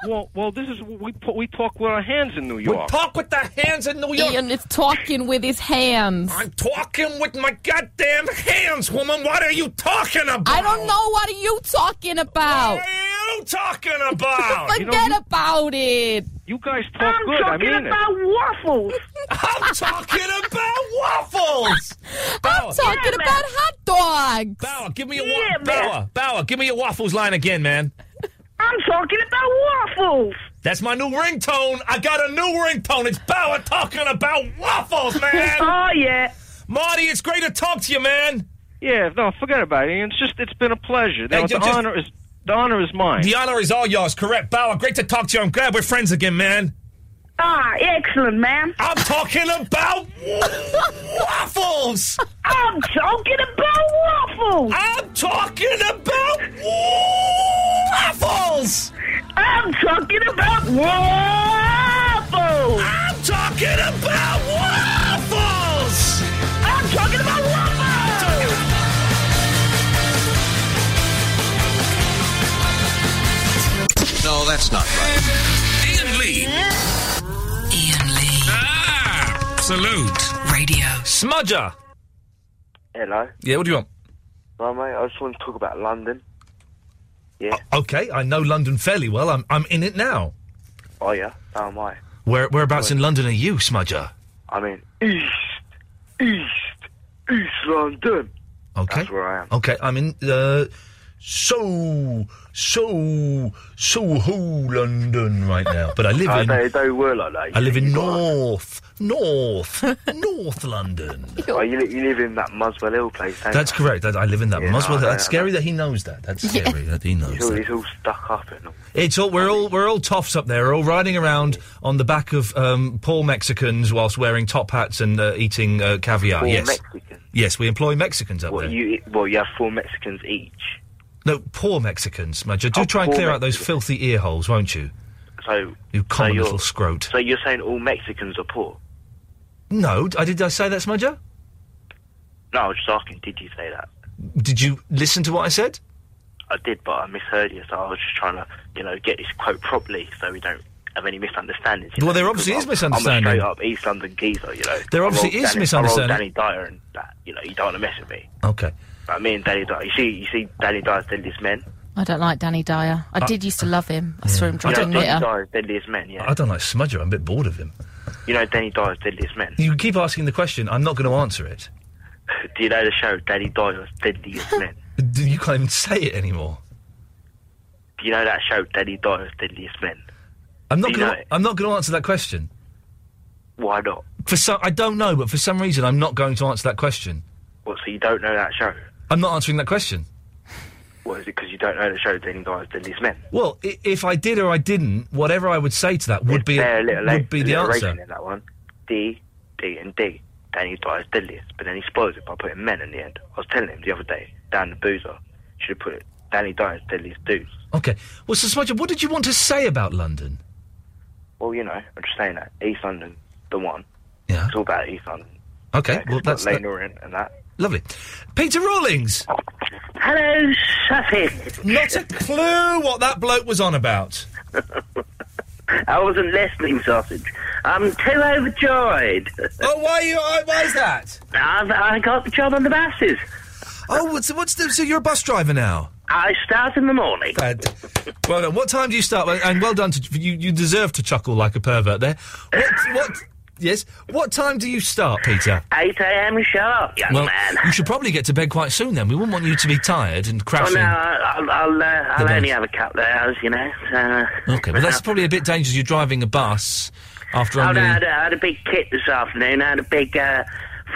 Well, well, this is we put- we talk with our hands in New York.
Talk with the hands in New York.
Ian is talking with his hands.
I'm talking with my goddamn hands, woman. What are you talking about?
I don't know. What are you talking about?
What are you
<laughs>
talking about?
Forget
You know, you-
about it.
You guys talk
I'm good, I talking mean it. about
waffles.
<laughs> I'm talking about waffles.
I'm talking about hot dogs.
Bauer, give me a wa- Bauer, Bauer, give me your waffles line again, man.
I'm talking about waffles.
That's my new ringtone. I got a new ringtone. It's Bauer talking about waffles, man.
<laughs> oh yeah.
Marty, it's great to talk to you, man.
Yeah, no, forget about it. It's just it's been a pleasure.
Hey,
Now,
ju-
the
just-
honor is the honor is mine.
The honor is all yours, correct. Bauer, great to talk to you. I'm glad we're friends again, man.
Ah, excellent, man.
I'm talking about waffles.
I'm talking about waffles.
I'm talking about waffles.
I'm talking about waffles.
I'm talking about waffles.
I'm talking about waffles.
No, that's not right.
Ian Lee. Ian Lee.
Absolute.
Radio.
Smudger.
Hello.
Yeah, what do you want?
Right, mate, I just want to talk about London.
Uh,
Okay, I know London fairly well. I'm, I'm in it now.
Oh, yeah? How am I?
Where, whereabouts in London are you, Smudger?
I mean, East, East, East London.
Okay.
That's where I am.
Okay, I'm in uh, so so Soho, London right now, but I live
Uh,
in
They, they were like that.
I live in North North
<laughs>
North London.
Oh, you, li- you live in that Muswell Hill place, don't
That's
you?
correct. I, I live in that
Yeah,
Muswell.
I know,
That's
I
scary that he knows that. That's
Yeah.
scary that he knows
He's all,
that.
he's all stuck up and all.
It's all we're all we're all toffs up there. We're all riding around on the back of um, poor Mexicans whilst wearing top hats and uh, eating uh, caviar.
Four
yes,
Mexicans.
yes, we employ Mexicans up
Well,
there.
you, well, you have four Mexicans each.
No, poor Mexicans, Major. Do
Oh,
try and
poor
clear out those filthy ear holes, won't you?
So,
You common
you're-
little scrote.
so you're saying all Mexicans are poor?
No, d- I did I say that, Smudger?
No, I was just asking, did you say that?
Did you listen to what I said?
I did, but I misheard you, so I was just trying to, you know, get this quote properly so we don't have any misunderstandings. you
Well,
know,
there obviously
because
is
I'm-
misunderstanding.
I'm a straight up East London geezer, you know.
There
I
obviously
roll
is
Danny, I
misunderstanding.
roll Danny Dyer and that, you know, you don't want to mess with me.
Okay.
Like, me and Danny Dyer, you see, you see Danny Dyer's Deadliest Men.
I don't like Danny Dyer. I
Uh,
did used to love him. I saw
You
him
know,
driving
Danny
litter.
Dyer's Deadliest Men, yeah.
I don't like Smudger. I'm a bit bored of him.
You know Danny Dyer's Deadliest Men. <laughs>
You keep asking the question. I'm not going to answer it.
Do you know the show Danny Dyer's Deadliest Men?
D- You can't even say it anymore.
Do you know that show Danny Dyer's Deadliest Men?
I'm
Do
not
you
going.
know
to. I'm not going to answer that question
Why not?
For some, I don't know, but for some reason, I'm not going to answer that question.
What, so you don't know that show?
I'm not answering that question.
What, is it because you don't know the show, then guys, then these men?
Well, i- if I did or I didn't, whatever I would say to that would be
They're a little late.
would be
a
the
little
answer.
rating in that one. D, D, and D. Danny dies deadliest, but then he spoils it by putting men in the end. I was telling him the other day, Dan the Boozer should have put it, Danny dies deadliest dudes.
Okay. Well, so Smudger, what did you want to say about London?
Well, you know, I'm just saying that. East London, the one. Yeah. It's all about East London.
Okay.
It's
well,
got
that's
Lane
that-
Orient and that.
lovely. Peter Rawlings.
Hello, Safi.
Not a clue what that bloke was on
<laughs>
about.
I wasn't listening, sausage. I'm too overjoyed.
<laughs> Oh, why are you? Why is that?
I've, I got the job on the buses.
Oh, what's what's the, so you're a bus driver now?
I start in the morning.
Bad. Well done. What time do you start? Well, And well done to you. You deserve to chuckle like a pervert there. What? what yes. What time do you start, Peter?
8 a.m. sharp, young
well,
man.
you should probably get to bed quite soon. Then we wouldn't want you to be tired and
Oh,
<laughs> crashing.
no, I- I'll, I'll, uh, I'll
The
only
bus.
have a couple of hours, you know. So,
Okay, well that's probably a bit dangerous. You're driving a bus after
Oh,
only.
no, I had, a- I had a big kit this afternoon. I had a big uh,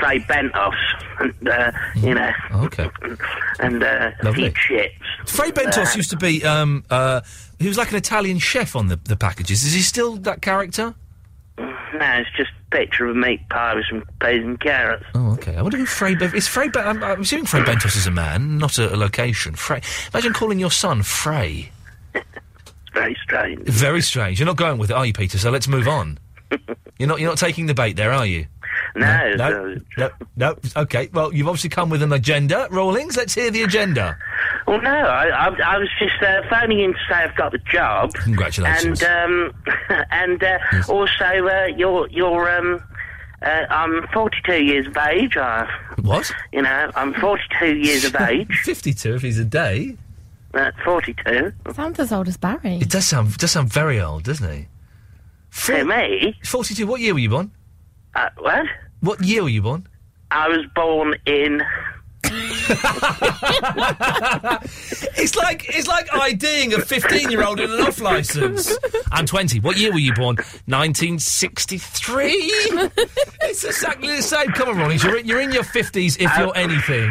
fray bentos, and, uh, you know,
Okay.
and uh, a few
Mm. Lovely.
chips.
Frey Bentos
Uh,
used to be. Um, uh, he was like an Italian chef on the, the packages. Is he still that character?
No, it's just a picture of a meat pie with some peas and carrots.
Oh, okay. I wonder who Frey. Ben- Is Frey? Ben- I'm, I'm assuming Frey Bentos is a man, not a, a location. Frey. Imagine calling your son Frey.
It's <laughs> very strange.
Very strange. You're not going with it, are you, Peter? So let's
<laughs>
move on. You're not. You're not taking the bait there, are you?
No,
No. No. no. Okay. Well, you've obviously come with an agenda, Rawlings. Let's hear the agenda.
Well, no, I, I, I was just uh, phoning in to say I've got the job.
Congratulations.
And um, <laughs> and uh, also, uh, you're you're um, uh, I'm 42 years of age. I,
What?
you know, I'm 42 years
<laughs>
of age.
Fifty-two if he's a day.
Uh, 42.
Sounds as old as Barry.
It does sound does sound very old, doesn't he? For
me,
forty-two. What year were you born?
Uh, what?
What year were you born?
I was born in.
<laughs> It's like it's like IDing a fifteen-year-old in an off license. I'm twenty. What year were you born? Nineteen sixty-three. it's exactly the same. Come on, Ronnie. You're in, you're in your fifties if you're anything.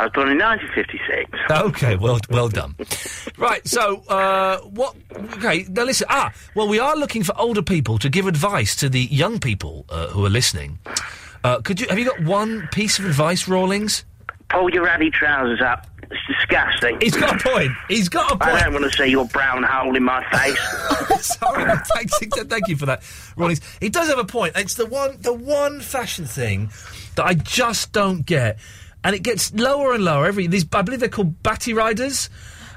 I was born in 1956.
Okay, well,
<laughs>
well done. Right, so uh, what? Okay, now listen. Ah, well, we are looking for older people to give advice to the young people uh, who are listening. Uh, could you have you got one piece of advice, Rawlings?
Pull your ratty trousers up. It's disgusting.
He's got a point. He's got a point.
I don't want to see your brown hole in my face.
<laughs> Sorry, no, thanks, ex- thank you for that, Ronnie's. He does have a point. It's the one, the one fashion thing that I just don't get, and it gets lower and lower every. These, I believe they're called batty riders,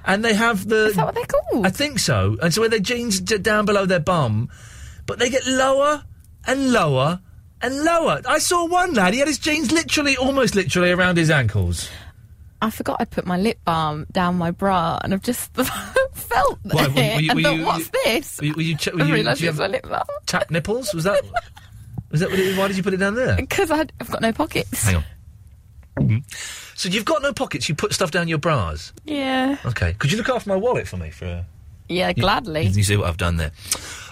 and they have the. Is that what
they're called?
I think so. And so, where their jeans d- down below their bum, but they get lower and lower and lower. I saw one lad; he had his jeans literally, almost literally, around his ankles.
I forgot I put my lip balm down my bra, and I've just <laughs> felt
Why,
<laughs> it
were you- were
and
you-
thought,
were
"What's
you-
this?"
Were you, were you, ch- were
I
you-
realised
did you
it was
have
my lip balm
tap nipples? Was that? Was that what it, why did you put it down there?
because I've got no pockets.
Hang on. So you've got no pockets. You put stuff down your bras.
Yeah,
Okay. Could you look after my wallet for me for? A...
yeah,
You-
gladly.
You, you see what I've done there.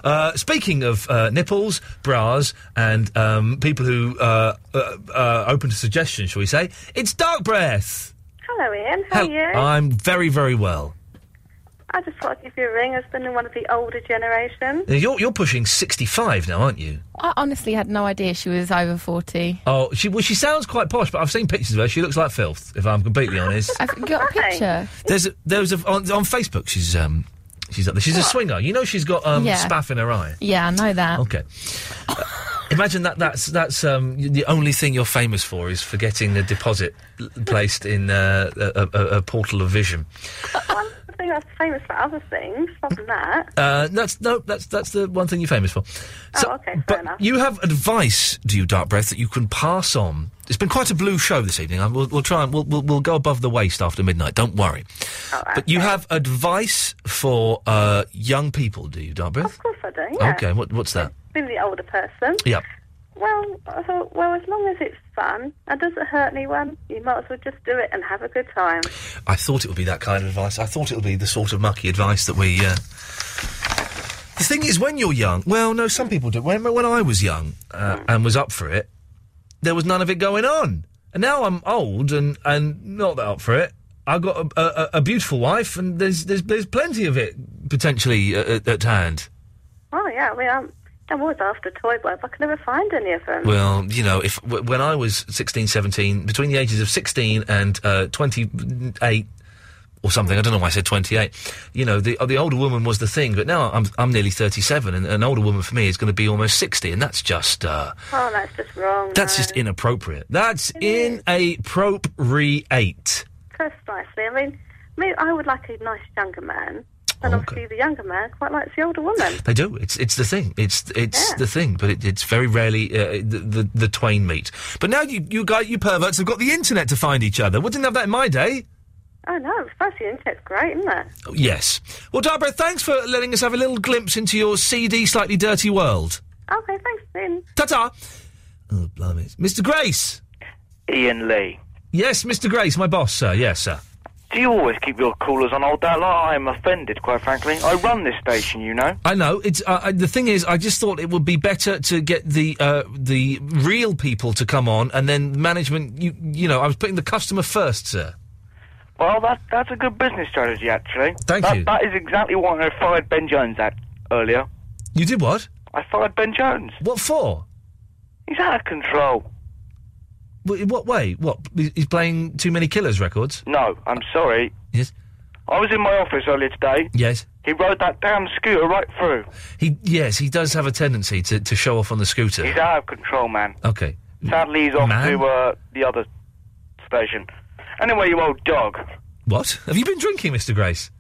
Uh, speaking of uh, nipples, bras, and um, people who uh, uh, uh, open to suggestion, shall we say? It's dark breath.
Hello, Ian. How
Hel-
are you?
I'm very, very well.
I just thought I'd give you a ring. I've been in one of the older generations.
Now, You're you're pushing sixty-five now, aren't you?
I honestly had no idea she was over forty.
Oh, she well, she sounds quite posh, but I've seen pictures of her. She looks like filth. If I'm completely honest.
I've got a picture.
There's a, there's a on, on Facebook. She's um she's up there. She's a swinger. You know she's got um
Yeah.
spaff in her eye.
Yeah, I know that.
Okay. Uh, imagine that that's that's um y- the only thing you're famous for is forgetting the deposit l- placed in uh, a, a, a portal of vision. <laughs>
I think that's famous for other things. Apart from that,
Uh, that's no that's that's the one thing you're famous for.
oh, okay, fair enough.
You have advice, do you, Dark Breath, that you can pass on? It's been quite a blue show this evening. I, we'll, we'll try and we'll, we'll, we'll go above the waist after midnight. Don't worry.
Oh,
But you have advice for uh, young people, do you, Dark Breath?
Of course I do. Yeah.
Okay. What, what's that?
Being the older person.
Yeah.
Well, I thought, well, as long as it's fun and doesn't hurt anyone, you might as well just do it and have a good time.
I thought it would be that kind of advice. I thought it would be the sort of mucky advice that we. Uh, the thing is, when you're young, well, no, some people do. When, when I was young uh, and was up for it, there was none of it going on. And now I'm old and, and not that up for it. I've got a, a, a beautiful wife, and there's there's there's plenty of it potentially uh, at, at hand.
Oh yeah, we um, I was after Toy Boy, but I could never find any of them.
Well, you know, if w- when I was 16, 17, between the ages of 16 and uh, 28 or something, I don't know why I said 28, you know, the uh, the older woman was the thing, but now I'm I'm nearly 37 and an older woman for me is going to be almost 60 and that's just uh,
Oh, that's just wrong.
that's just inappropriate. That's inappropriate.
Precisely. I mean, me, I would like a nice younger man, and obviously the younger man quite likes the older woman.
They do. It's it's the thing. It's it's
Yeah.
the thing. But it, it's very rarely uh, the, the the twain meet. But now you you guys you perverts have got the internet to find each other. We didn't have that in my day.
Oh no, especially the internet's great, isn't it?
Oh, Yes. Well, Barbara, thanks for letting us have a little glimpse into your CD slightly dirty world.
Okay, thanks, Ben.
Ta-ta. Oh, blimey. Mr. Grace.
Ian Lee.
Yes, Mr. Grace, my boss, sir. Yes, sir.
Do you always keep your callers
Oh,
on old dial? I am offended, quite frankly. I run this station, you know.
I know. It's uh, I, the thing is, I just thought it would be better to get the uh, the real people to come on, and then management. You you know, I was putting the customer first, sir.
Well, that that's a good business strategy, actually.
Thank
that,
you.
That is exactly what I fired Ben Jones at earlier.
You did what?
I fired Ben Jones.
What for?
He's out of control.
W- in what way? What he- he's playing too many killers records?
No, I'm sorry.
Yes.
I was in my office earlier today.
Yes.
He rode that damn scooter right through.
He yes, he does have a tendency to, to show off on the scooter.
He's out of control, man.
Okay.
Sadly, he's off
Man?
to uh, the other station. Anyway, you old dog.
What? Have you been drinking, Mr. Grace?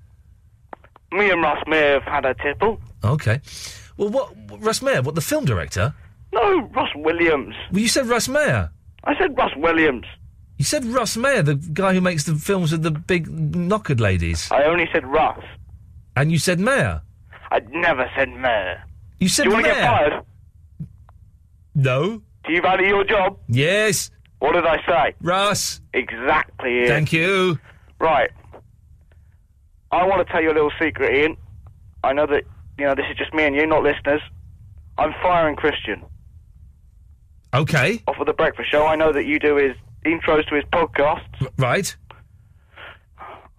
Me and Russ may have had a tipple.
Okay. Well, what Russ Mayer? What the film director?
No, Russ Williams.
Well, you said Russ Mayer.
I said Russ Williams.
You said Russ Mayer, the guy who makes the films with the big knockered ladies.
I only said Russ.
And you said Mayer.
I'd never said mayor.
You said
Do you want to get
mayor.
fired?
No.
Do you value your job?
Yes.
What did I say?
Russ.
Exactly, Ian.
Thank you.
Right. I want to tell you a little secret, Ian. I know that, you know, this is just me and you, not listeners. I'm firing Christian
Okay.
off of the breakfast show. I know that you do his intros to his podcast,
R- right.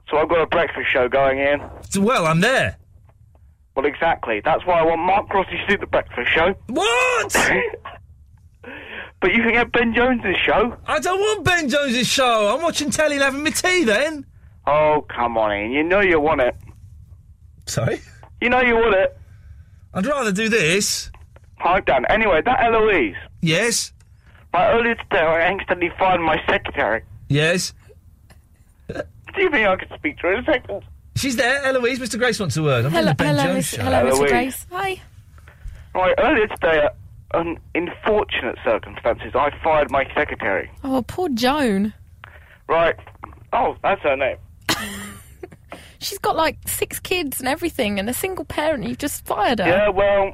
so I've got a breakfast show going, Ian.
So, Well, I'm there.
Well, exactly. That's why I want Mark Crosby to do the breakfast show.
What?
<laughs> but you can get Ben Jones's show.
I don't want Ben Jones's show. I'm watching telly and having my tea then.
Oh, come on, Ian. You know you want it.
Sorry?
You know you want it.
I'd rather do this.
I've done. Anyway, that Eloise.
Yes.
Right, earlier today, I accidentally fired my secretary.
Yes.
Do you think I could speak to her in a second?
She's there. Eloise, Mr. Grace wants a word. I'm
Hello-
on the Ben
hello,
Jones
Mr.
show.
hello, Mr.
Eloise.
Grace. Hi.
Right, earlier today, uh, un unfortunate circumstances, I fired my secretary.
Oh, poor Joan.
Right. Oh, that's her name.
She's got like six kids and everything, and a single parent. You've just fired her.
Yeah, well,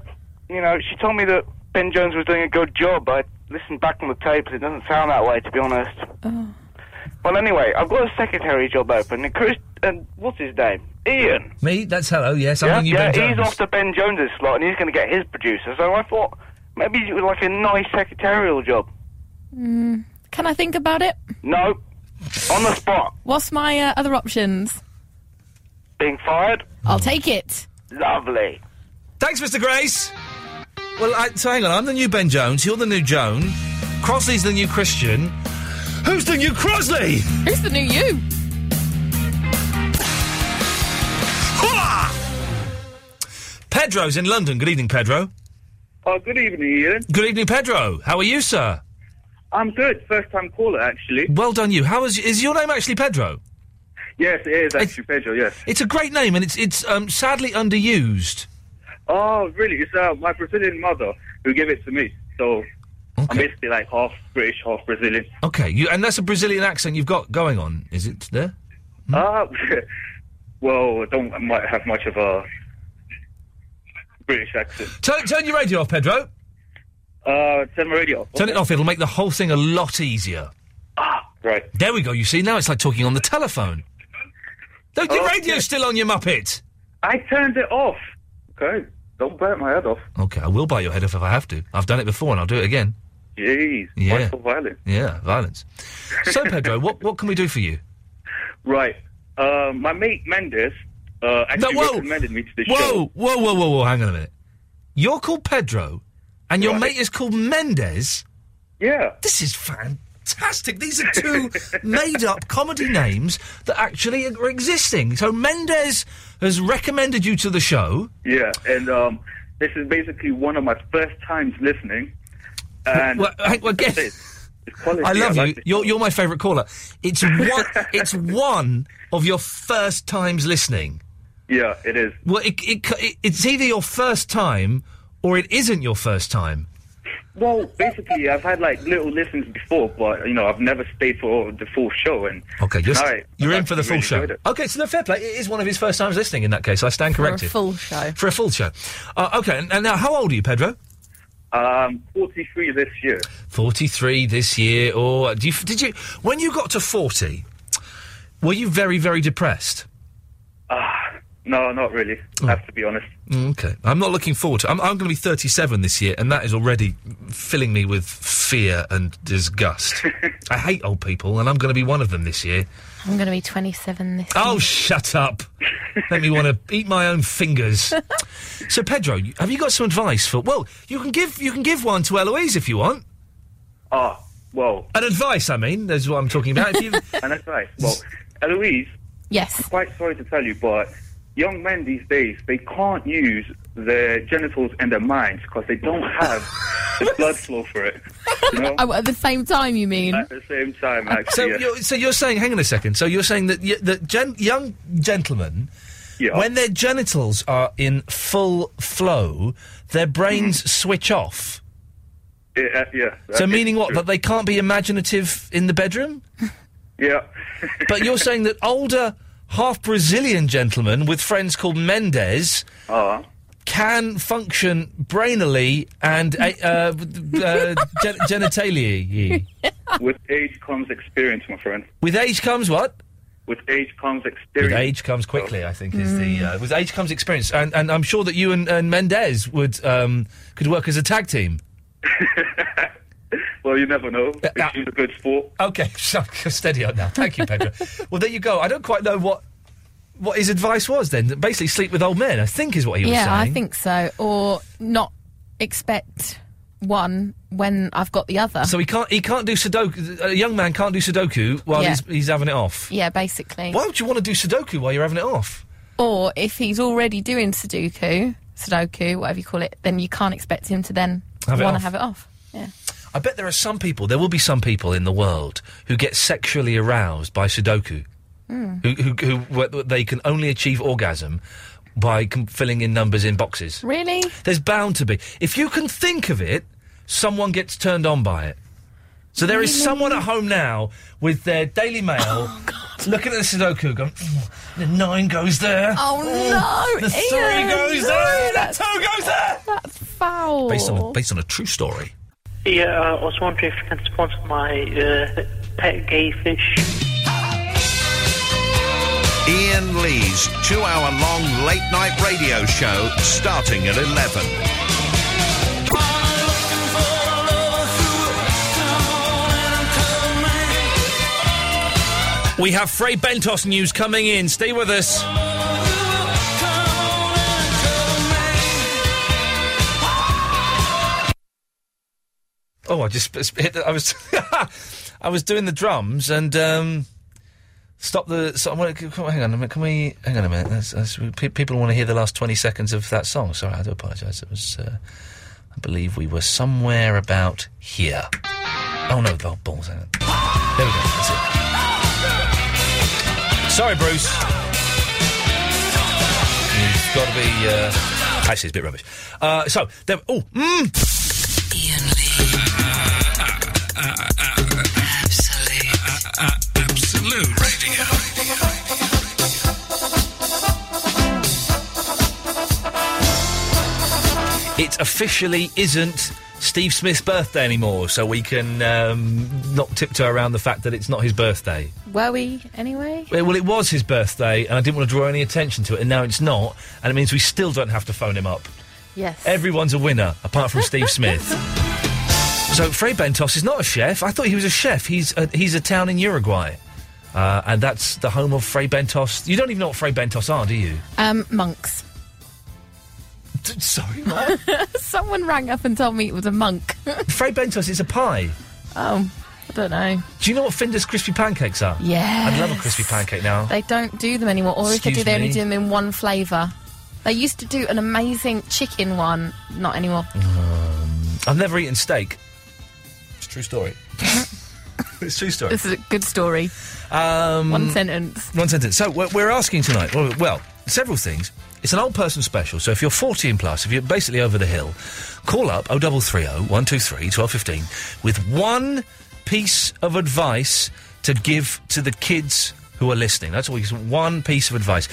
you know, she told me that Ben Jones was doing a good job, but I listened back on the tapes. It doesn't sound that way, to be honest.
Oh.
Well, anyway, I've got a secretary job open, and Chris, and what's his name? Ian.
Me? That's hello, yes. I'm
yeah,
on you,
yeah
Ben Jones.
he's off to Ben Jones's slot, and he's going to get his producer. So I thought maybe it was like a nice secretarial job.
Mm. Can I think about it?
No, on the spot,
What's my uh, other options?
being fired.
Hmm.
I'll take it.
Lovely.
Thanks, Mr. Grace. Well, I, so hang on. I'm the new Ben Jones. You're the new Joan. Crosley's the new Christian. Who's the new Crosley?
Who's the new you?
Pedro's in London. Good evening, Pedro.
Oh, good evening, Ian.
Good evening, Pedro. How are you, sir?
I'm good. First time caller, actually.
Well done, you. How is is your name actually Pedro?
Yes, it is actually Pedro. Yes.
It's a great name, and it's it's um, sadly underused.
Oh, really? It's uh, my Brazilian mother who gave it to me. So I'm basically like half British, half Brazilian.
Okay, you and that's a Brazilian accent you've got going on, is it? There.
Ah, <laughs> well, I don't I might have much of a British accent.
Turn turn your radio off, Pedro.
Uh, turn my radio. off.
Turn it off. It'll make the whole thing a lot easier.
Right.
There we go. You see, now it's like talking on the telephone. No, your
Oh,
radio's still on, you muppet.
I turned it off. Okay.
Don't bite my head off.
Okay, I will bite your head off if I have to. I've done it before and I'll do it again.
Jeez,
Yeah.
why so violent?
Yeah, violence. So, Pedro, what, what can we do for you?
Right. Uh, my mate Mendes uh, actually
No, whoa!
recommended me to the
whoa,
show.
whoa, whoa, whoa, whoa, hang on a minute. You're called Pedro, and your
Right.
mate is called Mendez?
Yeah.
This is fantastic. These are
<laughs>
two made up comedy names that actually are existing. So, Mendez has recommended you to the show.
Yeah, and um, this is basically one of my first times listening. And
Well, I- well, guess-
it's quality.
I love
like
you.
this.
You're, you're my favourite caller. It's one,
<laughs>
it's one of your first times listening.
Yeah, it is.
Well, it, it, c- it, it's either your first time or it isn't your first time.
Well, basically, I've had like little listens before, but you know, I've never stayed for the full show. And
Okay, you're,
tonight,
you're
I've
in for the full
actually
show.
really enjoyed it.
Okay, so the fair play. It is one of his first times listening in that case. I stand corrected.
full show.
For a full show. Uh, okay, and, and now how old are you, Pedro?
Um, 43 this year.
43 this year. Or do you, f- did you, when you got to 40, were you very, very depressed?
Ah, no, not really. I have to be honest.
Mm, Okay, I'm not looking forward to. I'm, I'm going to be 37 this year, and that is already filling me with fear and
<laughs>
disgust. I hate old people, and I'm going to be one of them this year.
I'm going to be 27 this
Oh, shut up! Let me want to eat my
<laughs>
own fingers. so, Pedro, you- have you got some advice for? Well, you can give you can give one to Eloise if you want.
Ah, well,
an advice. I mean, that's what I'm talking about. If you,
and that's right. <laughs> Well, Eloise,
Yes.
I'm quite sorry to tell you, but young men these days they can't use their genitals and their minds because they don't have
<laughs>
the blood flow for it. You know,
Oh, at the same time, you mean?
at the same time, actually.
so,
yeah.
you're, so you're saying, hang on a second. So you're saying that y- that gen- young gentlemen, when their genitals are in full flow, their brains switch off.
Yeah, yeah. Mm-hmm. that
so
is
meaning what?
true.
That they can't be imaginative in
<laughs>
the bedroom.
Yeah.
but you're saying that older, half Brazilian gentlemen with friends called Mendes
Uh-huh.
can function brainily and uh, uh, <laughs> gen- <laughs> genitally.
With age comes experience, my friend.
With age comes what?
With age comes
With
experience.
age comes quickly, I think is
Mm.
the uh, with age comes experience, and, and I'm sure that you and, and Mendez would um, could work as a tag team.
<laughs> Well, you never know.
Uh,
It's she's a good sport.
Okay, <laughs> so steady on now. Thank you,
<laughs>
Pedro. well, there you go. I don't quite know what what his advice was then. Basically, sleep with old men. I think is what he was
yeah, I
saying.
think so. Or not expect one when I've got the other.
So he can't he can't do Sudoku. A young man can't do Sudoku while
Yeah.
he's he's having it off.
yeah, basically.
Why would you want to do Sudoku while you're having it off?
Or if he's already doing Sudoku, Sudoku, whatever you call it, then you can't expect him to then
Have it
want
off.
to have it off. Yeah.
I bet there are some people. There will be some people in the world who get sexually aroused by Sudoku,
Mm.
who who, who where they can only achieve orgasm by com- filling in numbers in boxes.
Really?
There's bound to be. If you can think of it, someone gets turned on by it. So there is
Really?
someone at home now with their
Oh,
Daily Mail looking at the Sudoku going, "Mm, the nine goes there.
<laughs>
Oh,
Mm,
no,
<laughs> The three
Ian,
goes
no,
there. The
that's-
two goes there.
That's foul.
Based on, a, based on a true story.
Yeah, uh, I was wondering if you can sponsor my uh, pet gay fish.
Ian Lee's two hour long late night radio show starting at 11.
We have Frey Bentos news coming in. Stay with us. Oh, I just sp- sp- hit. The, I was, <laughs> I was doing the drums and um, stop the. So, I wanna- c- come- hang on a minute. Can we? Hang on a minute. That's, that's, pe- people want to hear the last twenty seconds of that song. Sorry, I do apologise. It was. Uh, I believe we were somewhere about here. Oh no, the balls. Hang on. There we go. That's it. Sorry, Bruce. You've got to be. Uh, actually, it's a bit rubbish. Uh, so, there, oh, mm.
Absolute. absolute radio.
it officially isn't Steve Smith's birthday anymore, so we can um, not tiptoe around the fact that it's not his birthday.
Were we anyway?
Well, well, it was his birthday, and I didn't want to draw any attention to it, and now it's not, and it means we still don't have to phone him up.
Yes.
Everyone's a winner, apart
<laughs>
from Steve Smith. So Frey Bentos is not a chef. I thought he was a chef. He's a, he's a town in Uruguay, uh, and that's the home of Frey Bentos. You don't even know what Frey Bentos are, do you?
Um, monks.
D- sorry, what?
<laughs> Someone rang up and told me it was a monk. <laughs>
Frey Bentos is a pie.
Oh, I don't know.
Do you know what Finder's crispy pancakes are?
Yes.
I'd love a crispy pancake now.
They don't do them anymore, or if they
Excuse
do, they only
me?
do them in one flavour. They used to do an amazing chicken one, not anymore.
Um, I've never eaten steak. It's a
<laughs>
true story. it's a true story.
This is a good story.
Um,
One sentence.
One sentence. So we're, we're asking tonight. Well, well, several things. It's an old person special. So if you're 14 plus, if you're basically over the hill, call up 0330 123 1215 with one piece of advice to give to the kids who are listening. That's all. You just want one piece of advice.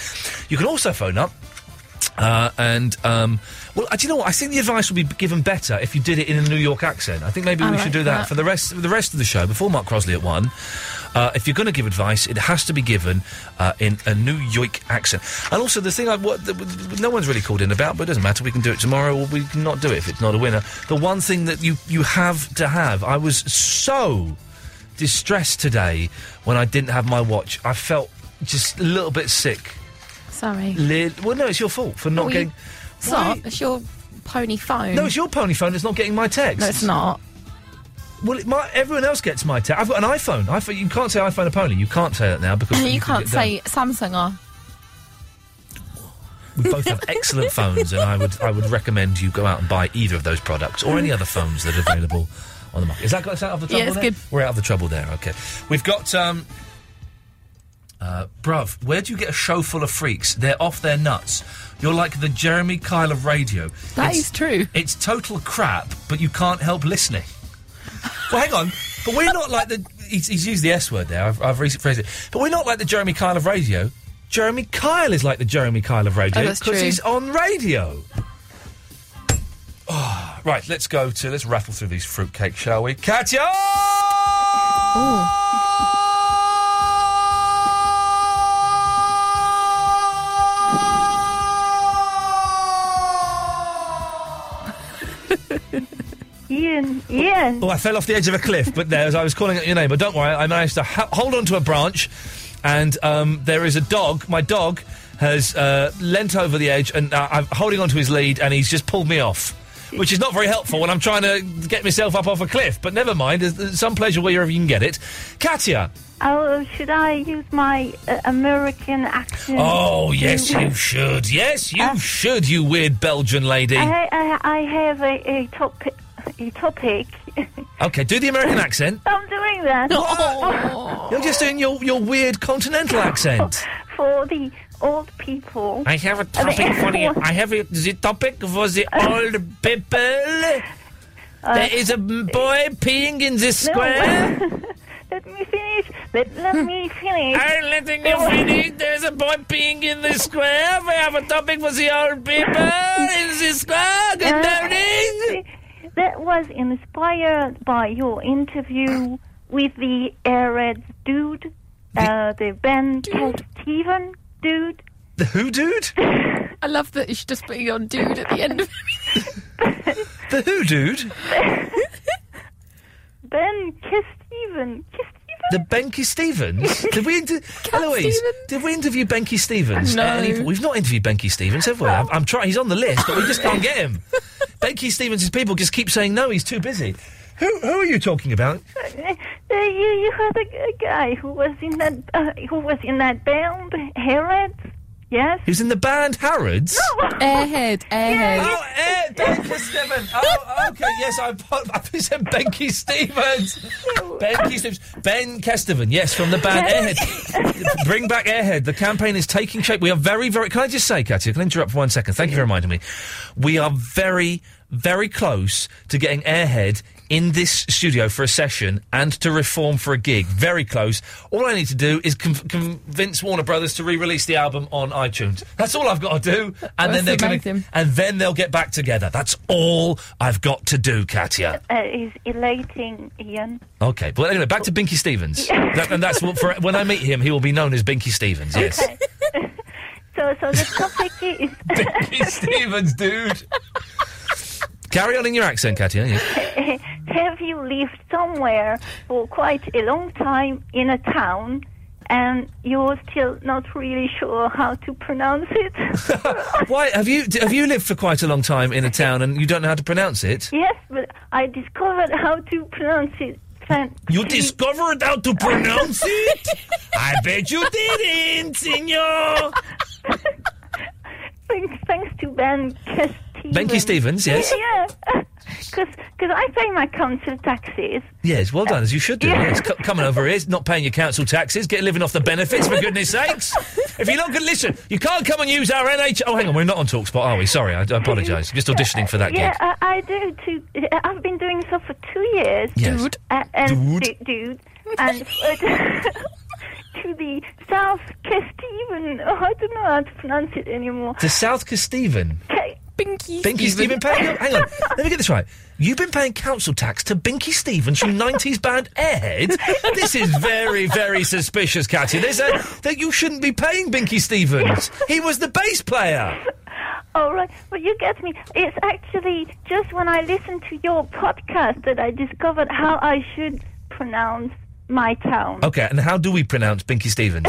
You can also phone up. Uh, and um, well, uh, do you know what? I think the advice would be given better if you did it in a New York accent. I think maybe
I
we
like
should do that,
that.
for the rest the rest of the show before Mark Crosley at one. Uh, if you're going to give advice, it has to be given uh, in a New York accent. And also the thing I what the, no one's really called in about, but it doesn't matter. We can do it tomorrow, or we can not do it if it's not a winner. The one thing that you you have to have. I was so distressed today when I didn't have my watch. I felt just a little bit sick.
Sorry.
Li- well, no, it's your fault for not
Well, you-
getting.
It's not. It's your pony phone.
No, it's your pony phone that's not getting my text.
No, it's not.
Well, it, my, everyone else gets my text. I've got an iPhone. iPhone. You can't say iPhone a pony. You can't say that now because
<laughs> you,
can
can't
get done.
say Samsung are.
We both have excellent phones, and I would I would recommend you go out and buy either of those products or any other phones that are available on the market. Is that got us out of the trouble?
Yeah, it's
there?
good.
We're out of the trouble there. Okay, we've got. Um, uh, bruv, where do you get a show full of freaks? They're off their nuts. You're like the Jeremy Kyle of radio.
That
That is
is true.
It's total crap, but you can't help listening. well, hang on, but we're not like the. He's, he's used the S word there. I've, I've rephrased it, but we're not like the Jeremy Kyle of radio. Jeremy Kyle is like the Jeremy Kyle of radio
Oh, that's true.
he's on radio. Oh, right, let's go to let's rattle through these fruitcakes, shall we? Katya.
Oh.
Ian, Ian.
Oh, I fell off the edge of a cliff, but there, as I was calling out your name, but don't worry, I managed to ho- hold onto a branch, and um, there is a dog. My dog has uh, leant over the edge, and uh, I'm holding onto his lead, and he's just pulled me off, which is not very helpful when I'm trying to get myself up off a cliff. But never mind, there's, there's some pleasure wherever you can get it. Katya.
Oh, should I use my uh, American accent?
Oh, yes, you should. Yes, you should, you weird Belgian
<laughs>
lady.
I, I, I have a, a, topic. a topic.
Okay, do the American accent.
I'm doing that
You're just doing your, your weird continental accent.
<laughs> for the old people.
I have a
I mean,
topic for the. I have a, the topic for the old people.
Uh,
there is a m- boy peeing in the
No.
square.
<laughs> let me finish. Let, let me finish.
I'm letting you finish. There's a boy peeing in the square. We have a topic for the old people in the square.
Uh,
Good morning.
<laughs> That was inspired by your interview with the Arab dude, uh, the Ben Steven dude.
The who dude?
I love that you should just put your dude at the end of
The who dude?
Ben Steven.
The Benky Stevens? did we inter- Eloise? Did we interview Benky Stevens?
No.
at any- we've not interviewed Benky Stevens, have we? I'm, I'm trying. He's on the list, but we just can't get him. Benky Stevens' people just keep saying no. He's too busy. Who who are you talking about?
Uh, you you had a, a guy who was in that uh, who was in that band Herod. Yes.
Who's in the band Harrods? <laughs>
Airhead,
<laughs>
airhead.
Oh, eh, Benky Stevens. Oh, okay. Yes, I, apo- I said Benky Stevens. Benky Stevens. Ben Kestevan. Yes, from the band Airhead. Bring back Airhead. The campaign is taking shape. We are very, very. Can I just say, Katya? Can I interrupt for one second? Thank you for reminding me. We are very, very close to getting Airhead. In this studio for a session and to reform for a gig, very close. All I need to do is conv- convince Warner Brothers to re-release the album on iTunes. That's all I've got to do, and
That's
then they're going to
amazing.
and then they'll get back together. That's all I've got to do, Katya.
Uh, is elating, Ian.
Okay, but anyway, back to Binky Stevens. That- and that's what, for, when I meet him, he will be known as Binky Stevens. Yes,
<laughs> So, so the topic is
Binky Stevens, dude. Carry on in your accent, Katia. yes.
<laughs> Have you lived somewhere for quite a long time in a town and you're still not really sure how to pronounce it? <laughs>
Why have you d- have you lived for quite a long time in a town and you don't know how to pronounce it?
yes, but I discovered how to pronounce it. Fan-
You discovered how to pronounce it? I bet you didn't, senor.
thanks, thanks to Ben Stevens.
Benke Stevens, yes.
<laughs> Yeah. Because I pay my council taxes.
Yes, well done, as you should do.
Yeah.
Yes, co- coming over here, not paying your council taxes, get living off the benefits, for goodness sakes. If you're not going to listen, you can't come and use our NH. Oh, hang on, we're not on TalkSpot, are we? Sorry, I, I apologise. Just auditioning for that
yeah,
gig.
I, I do. Too. I've been doing so for two years.
Yes. Dude.
Uh, and
Dude.
du- dude. And uh, <laughs> to the South Kesteven. Oh, I don't know how to pronounce it anymore.
To South Kesteven.
K- Binky.
Binky Stephen paying.
<laughs>
Hang on, let me get this right. You've been paying council tax to Binky Stevens from '90s band Airhead. This is very, very suspicious, Katia. There's a, that you shouldn't be paying Binky Stevens. He was the bass player.
All right, but you get me. It's actually just when I listened to your podcast that I discovered how I should pronounce my town.
Okay, and how do we pronounce Binky Stevens?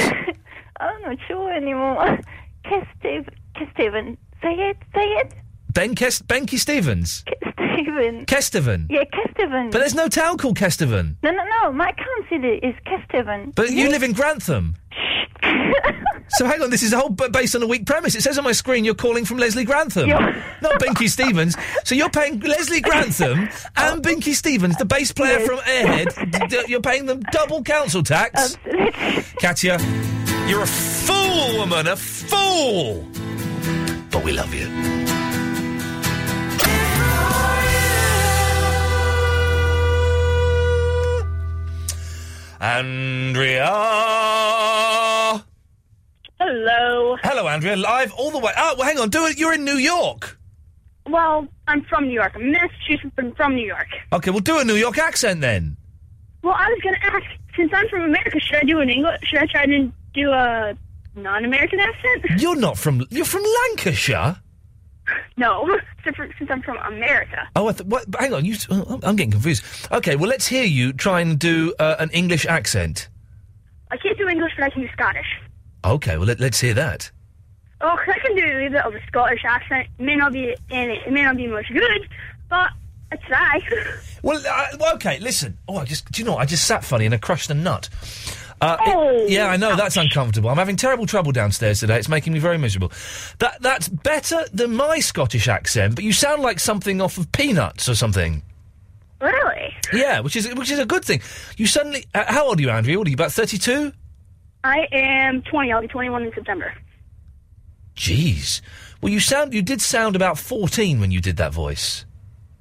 I'm not sure
<laughs>
anymore. Kestev, Kesteven. Say it, say it.
Ben Kest- Benky Stevens.
Kesteven.
Kesteven.
Yeah, Kesteven.
But there's no town called Kesteven.
No, no, no. My council i- is Kesteven.
But you live in Grantham. so hang on, this is a whole b- based on a weak premise. It says on my screen you're calling from Leslie Grantham,
Yeah.
not Binky Stevens. So you're paying Leslie Grantham and Binky Stevens, the bass player from Airhead. d- d- you're paying them double council tax. Katia, you're a fool, woman, a fool. But we love you. Andrea.
Hello.
Hello, Andrea. Live all the way. Oh, well, hang on. Do it. You're in New York.
Well, I'm from New York. I'm Massachusetts, but I'm from New York.
Okay, well, do a New York accent then.
Well, I was going to ask, since I'm from America, should I do an English? Should I try to do a non-American accent?
You're not from. You're from Lancashire.
No, <laughs> since I'm- since I'm from America.
Oh, I th- what? Hang on. You. oh, I'm- I'm getting confused. Okay, well, let's hear you try and do uh, an English accent.
I can't do English, but I can do Scottish.
Okay, well, let, let's hear that.
Oh, 'cause I can do a little bit of a Scottish accent. It may not be, and it may not be much good, but I try. <laughs>
Well, uh, well, okay. Listen. Oh, I just. Do you know? What? I just sat funny and I crushed a nut. Uh, it- yeah, I know that's uncomfortable. I'm having terrible trouble downstairs today. It's making me very miserable. That that's better than my Scottish accent, but you sound like something off of Peanuts or something.
really?
Yeah, which is which is a good thing. You suddenly. Uh, how old are you, Andrea? What are you about? Thirty-two.
I am 20. I'll be 21 in September.
Jeez. Well, you sound. You did sound about fourteen when you did that voice.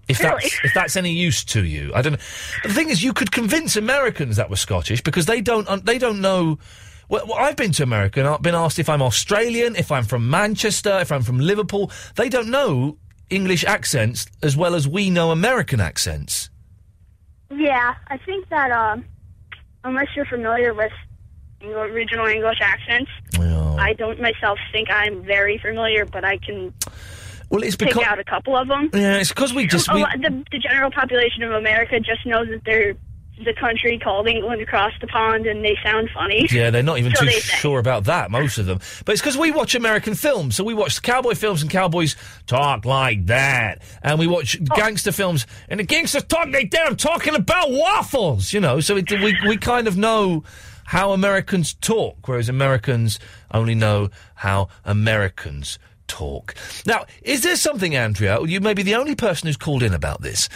If
Really?
that's if that's any use to you, I don't. know. The thing is, you could convince Americans that were Scottish because they don't un- they don't know. Well, well, I've been to America and I've been asked if I'm Australian, if I'm from Manchester, if I'm from Liverpool. They don't know English accents as well as we know American accents.
Yeah, I think that um, unless you're familiar with Eng- original English accents, I don't myself think I'm very familiar, but I can
Well, it's
pick
because
out a couple of Oh, them.
yeah, it's because we just
A
we,
lot- the, the general population of America just knows that they're the country called England across the pond, and they sound funny.
<laughs> Yeah, they're not even
so
too
they say.
sure about that, most of them. But it's because we watch American films. So we watch cowboy films and cowboys talk like that. And we watch
Oh.
gangster films and the gangsters talk like that. I'm talking about waffles, you know. So it, we, we kind of know how Americans talk, whereas Americans only know how Americans talk. Now, is there something, Andrea? You may be the only person who's called in about this.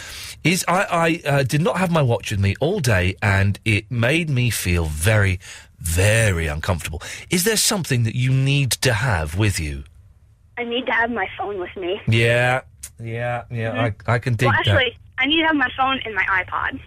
Is I, I uh, did not have my watch with me all day, and it made me feel very, very uncomfortable. Is there something that you need to have with you?
I need to have my phone with me.
Yeah, yeah, yeah. I, I can dig
Mm-hmm. Well,
that.
actually, I need to have my phone and my iPod.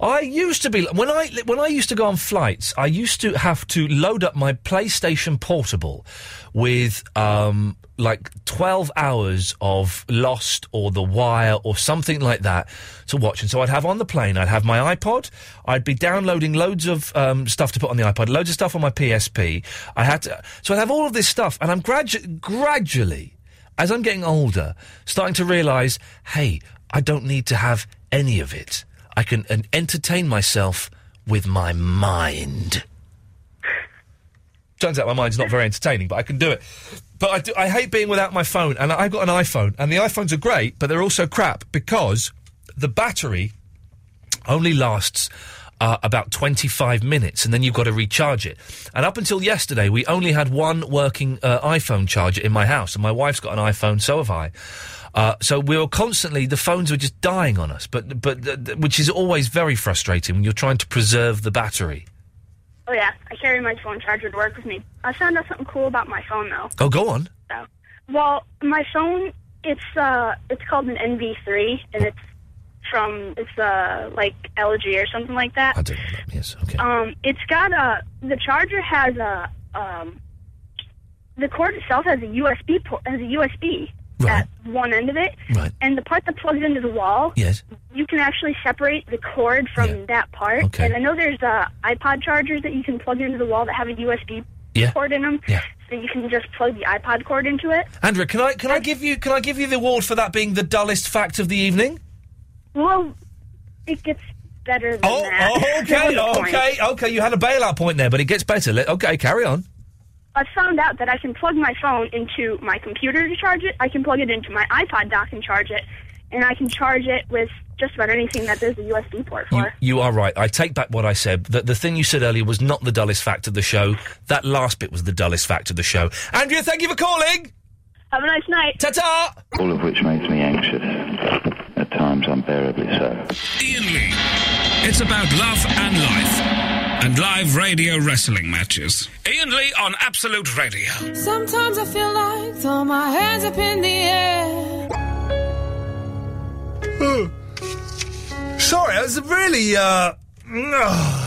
I used to be when I when I used to go on flights. I used to have to load up my PlayStation Portable with um, like twelve hours of Lost or The Wire or something like that to watch. And so I'd have on the plane. I'd have my iPod. I'd be downloading loads of um, stuff to put on the iPod. Loads of stuff on my PSP. I had to, so I'd have all of this stuff, and I'm gradu- gradually as I'm getting older, starting to realise, hey, I don't need to have any of it. I can en- entertain myself with my mind. Turns out my mind's not very entertaining, but I can do it. But I, do, I hate being without my phone, and I've got an iPhone, and the iPhones are great, but they're also crap because the battery only lasts uh, about 25 minutes, and then you've got to recharge it. And up until yesterday, we only had one working uh, iPhone charger in my house, and my wife's got an iPhone, so have I. Uh, so we were constantly the phones were just dying on us, but but th- th- which is always very frustrating when you're trying to preserve the battery.
Oh yeah, I carry my phone charger to work with me. I found out something cool about my phone though.
Oh, go on.
So, well, my phone it's uh it's called an NV3 and it's from it's uh like LG or something like that.
I don't know. what that means. Okay.
Um, it's got a the charger has a um the cord itself has a USB port has a USB
Right.
at one end of it,
Right.
and the part that plugs into the wall.
Yes.
You can actually separate the cord from that part.
Okay.
And I know there's uh, iPod chargers that you can plug into the wall that have a USB
Yeah.
cord in them.
Yeah.
So you can just plug the iPod cord into it.
Andrea, can I can I give you can I give you the award for that being the dullest fact of the evening?
Well, it gets better than
Oh,
that. <laughs> That was
okay,
the point.
okay, okay. You had a bailout point there, but it gets better. Let- okay, carry on.
I found out that I can plug my phone into my computer to charge it. I can plug it into my iPod dock and charge it. And I can charge it with just about anything that there's a USB port for.
You are right. I take back what I said. That the thing you said earlier was not the dullest fact of the show. That last bit was the dullest fact of the show. Andrea, thank you for calling.
Have a nice night.
Ta-ta.
All of which makes me anxious. At times unbearably so.
Ian Lee. It's about love and life and live radio wrestling matches. Ian Lee on Absolute Radio.
Sometimes I feel like throw my hands up in the air.
Hmm. Sorry, I was really uh. <sighs>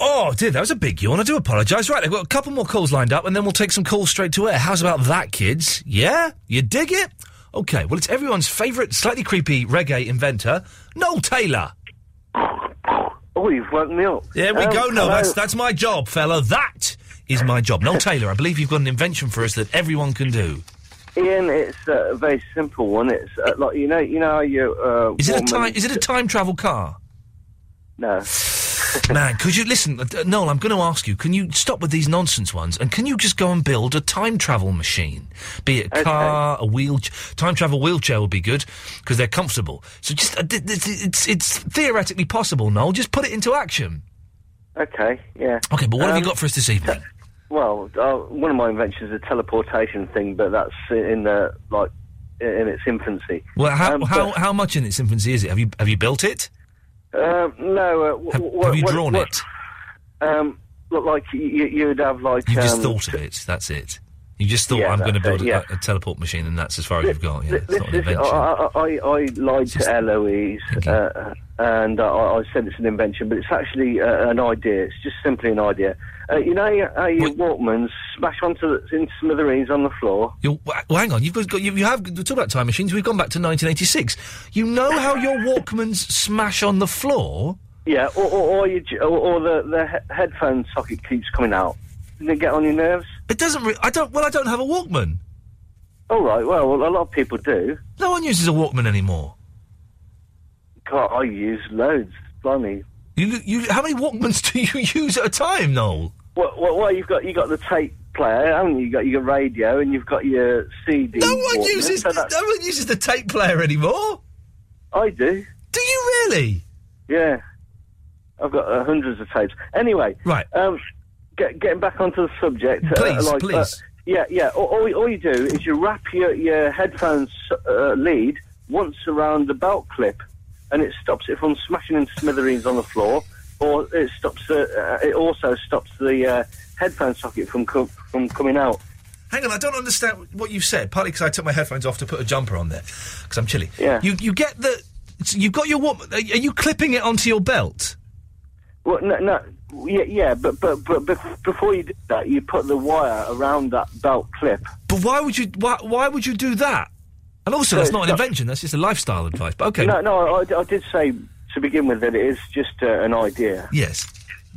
Oh dear, that was a big yawn. I do apologise. Right, I've got a couple more calls lined up, and then we'll take some calls straight to air. How's about that, kids? Yeah, you dig it? Okay, well, it's everyone's favourite, slightly creepy reggae inventor, Noel Taylor.
Oh, you've woke me up.
There we
Um,
go, Noel.
hello.
That's that's my job, fella. That is my job. Noel Taylor, I believe you've got an invention for us that everyone can do.
Ian, it's uh, a very simple one. It's uh, like you know, you know how you. Uh,
Is it a
warm
time?
and-
Is it a time travel car?
No. <laughs>
Man, could you listen, uh, Noel? I'm going to ask you. Can you stop with these nonsense ones? And can you just go and build a time travel machine? Be it a car, a wheel, time travel wheelchair would be good because they're comfortable. So just uh, th- th- it's it's theoretically possible, Noel. Just put it into action.
Okay. Yeah.
Okay, but what have you
Um,
got for us this evening?
Well, uh, one of my inventions is a teleportation thing, but that's in uh, like in its infancy.
Well, how
Um,
how,
but-
how much in its infancy is it? Have you have you built it?
Uh, no. Uh, w-
Have,
w-
have you
what-
drawn
what-
it?
Um, look like you, you'd have like.
You just
um,
thought of it. That's it. You just thought
Yeah,
I'm going to
that's
build
it,
a,
yeah.
a, teleport machine, and that's as far as Oh, you've got. Yeah,
Th-
it's
this
not an
is-
invention.
I, I, I lied to Eloise, uh, and I, I said it's an invention, but it's actually uh, an idea. It's just simply an idea. Uh, you know how your Walkmans smash onto the, into smithereens on the floor?
You're, well, hang on. You've got, you, you have talk about time machines. We've gone back to 1986. You know
<laughs>
how your Walkmans smash on the floor?
Yeah, or, or, or, you, j- or, or the, the he- headphone socket keeps coming out. Doesn't it get on your nerves?
It doesn't. Re- I don't. Well, I don't have a Walkman.
All right. Well, a lot of people do.
No one uses a Walkman anymore.
God, I use loads. Blimey.
You, you, how many Walkmans <laughs> do you use at a time, Noel?
Well, well, well you've got you got the tape player, haven't you? You got your radio, and you've got your CD.
No one
Walkman,
uses.
so
the-
that's-
no one uses the tape player anymore.
I do.
Do you really?
Yeah, I've got uh, hundreds of tapes. Anyway,
right.
Um, get, getting back onto the subject.
Please,
uh, like,
please.
Uh, yeah, yeah. All, all, you- all you do is you wrap your your headphones uh, lead once around the belt clip, and it stops it from smashing into smithereens on the floor. Or it stops. The, uh, it also stops the uh, headphone socket from co- from coming out.
Hang on, I don't understand what you said. Partly because I took my headphones off to put a jumper on there because I'm chilly.
Yeah.
You you get the so you've got your Walkman. Are you clipping it onto your belt?
Well, no, no, yeah, yeah, but but but bef- before you do that, you put the wire around that belt clip.
But why would you? Why, why would you do that? And also,
No,
that's not
it's
an
not-
invention. That's just a lifestyle advice. But okay.
No, no, I, I did say to begin with that it is just uh, an idea.
Yes.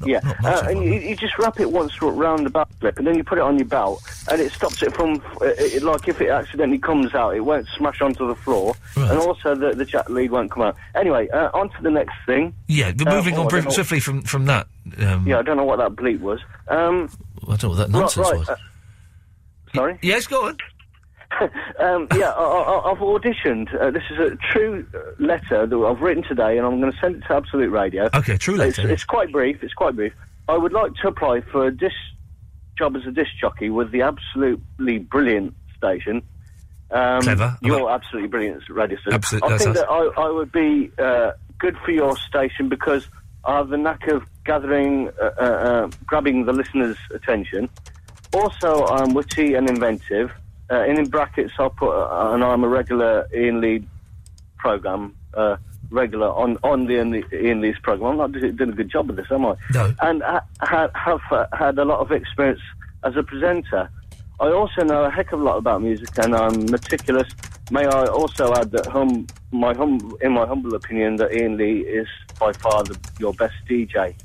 yeah, uh, and you, you just wrap it once round the belt clip, and then you put it on your belt, and it stops it from uh, it, like if it accidentally comes out, it won't smash onto the floor, and also the the chat lead won't come out. Anyway, uh, on to the next thing.
Yeah, but
Uh,
moving
oh,
on
I
brief-
don't know-
swiftly from from that. Um,
Yeah, I don't know what that bleep was. Um,
I don't know what that nonsense
right,
was.
uh, sorry.
Yes, go on.
<laughs> um, yeah, I, I, I've auditioned. Uh, this is a true uh, letter that I've written today, and I'm going to send it to Absolute Radio.
Okay, true letter,
It's,
yeah.
it's quite brief. It's quite brief. I would like to apply for a disc job as a disc jockey with the absolutely brilliant station. Um,
Clever.
You're absolutely brilliant, Radio Station.
Absolute-
I
that's
think
us.
that I, I would be uh, good for your station because I have the knack of gathering, uh, uh, uh, grabbing the listeners' attention. Also, I'm witty and inventive. Uh, and in brackets, I'll put, uh, and I'm a regular Ian Lee program, uh, regular on, on the Ian Lee- Ian Lee's program. I'm not do- doing a good job of this, am I?
No.
And ha- ha- have uh, had a lot of experience as a presenter. I also know a heck of a lot about music, and I'm meticulous. May I also add that, hum, my hum, in my humble opinion, that Ian Lee is by far the, your best DJ.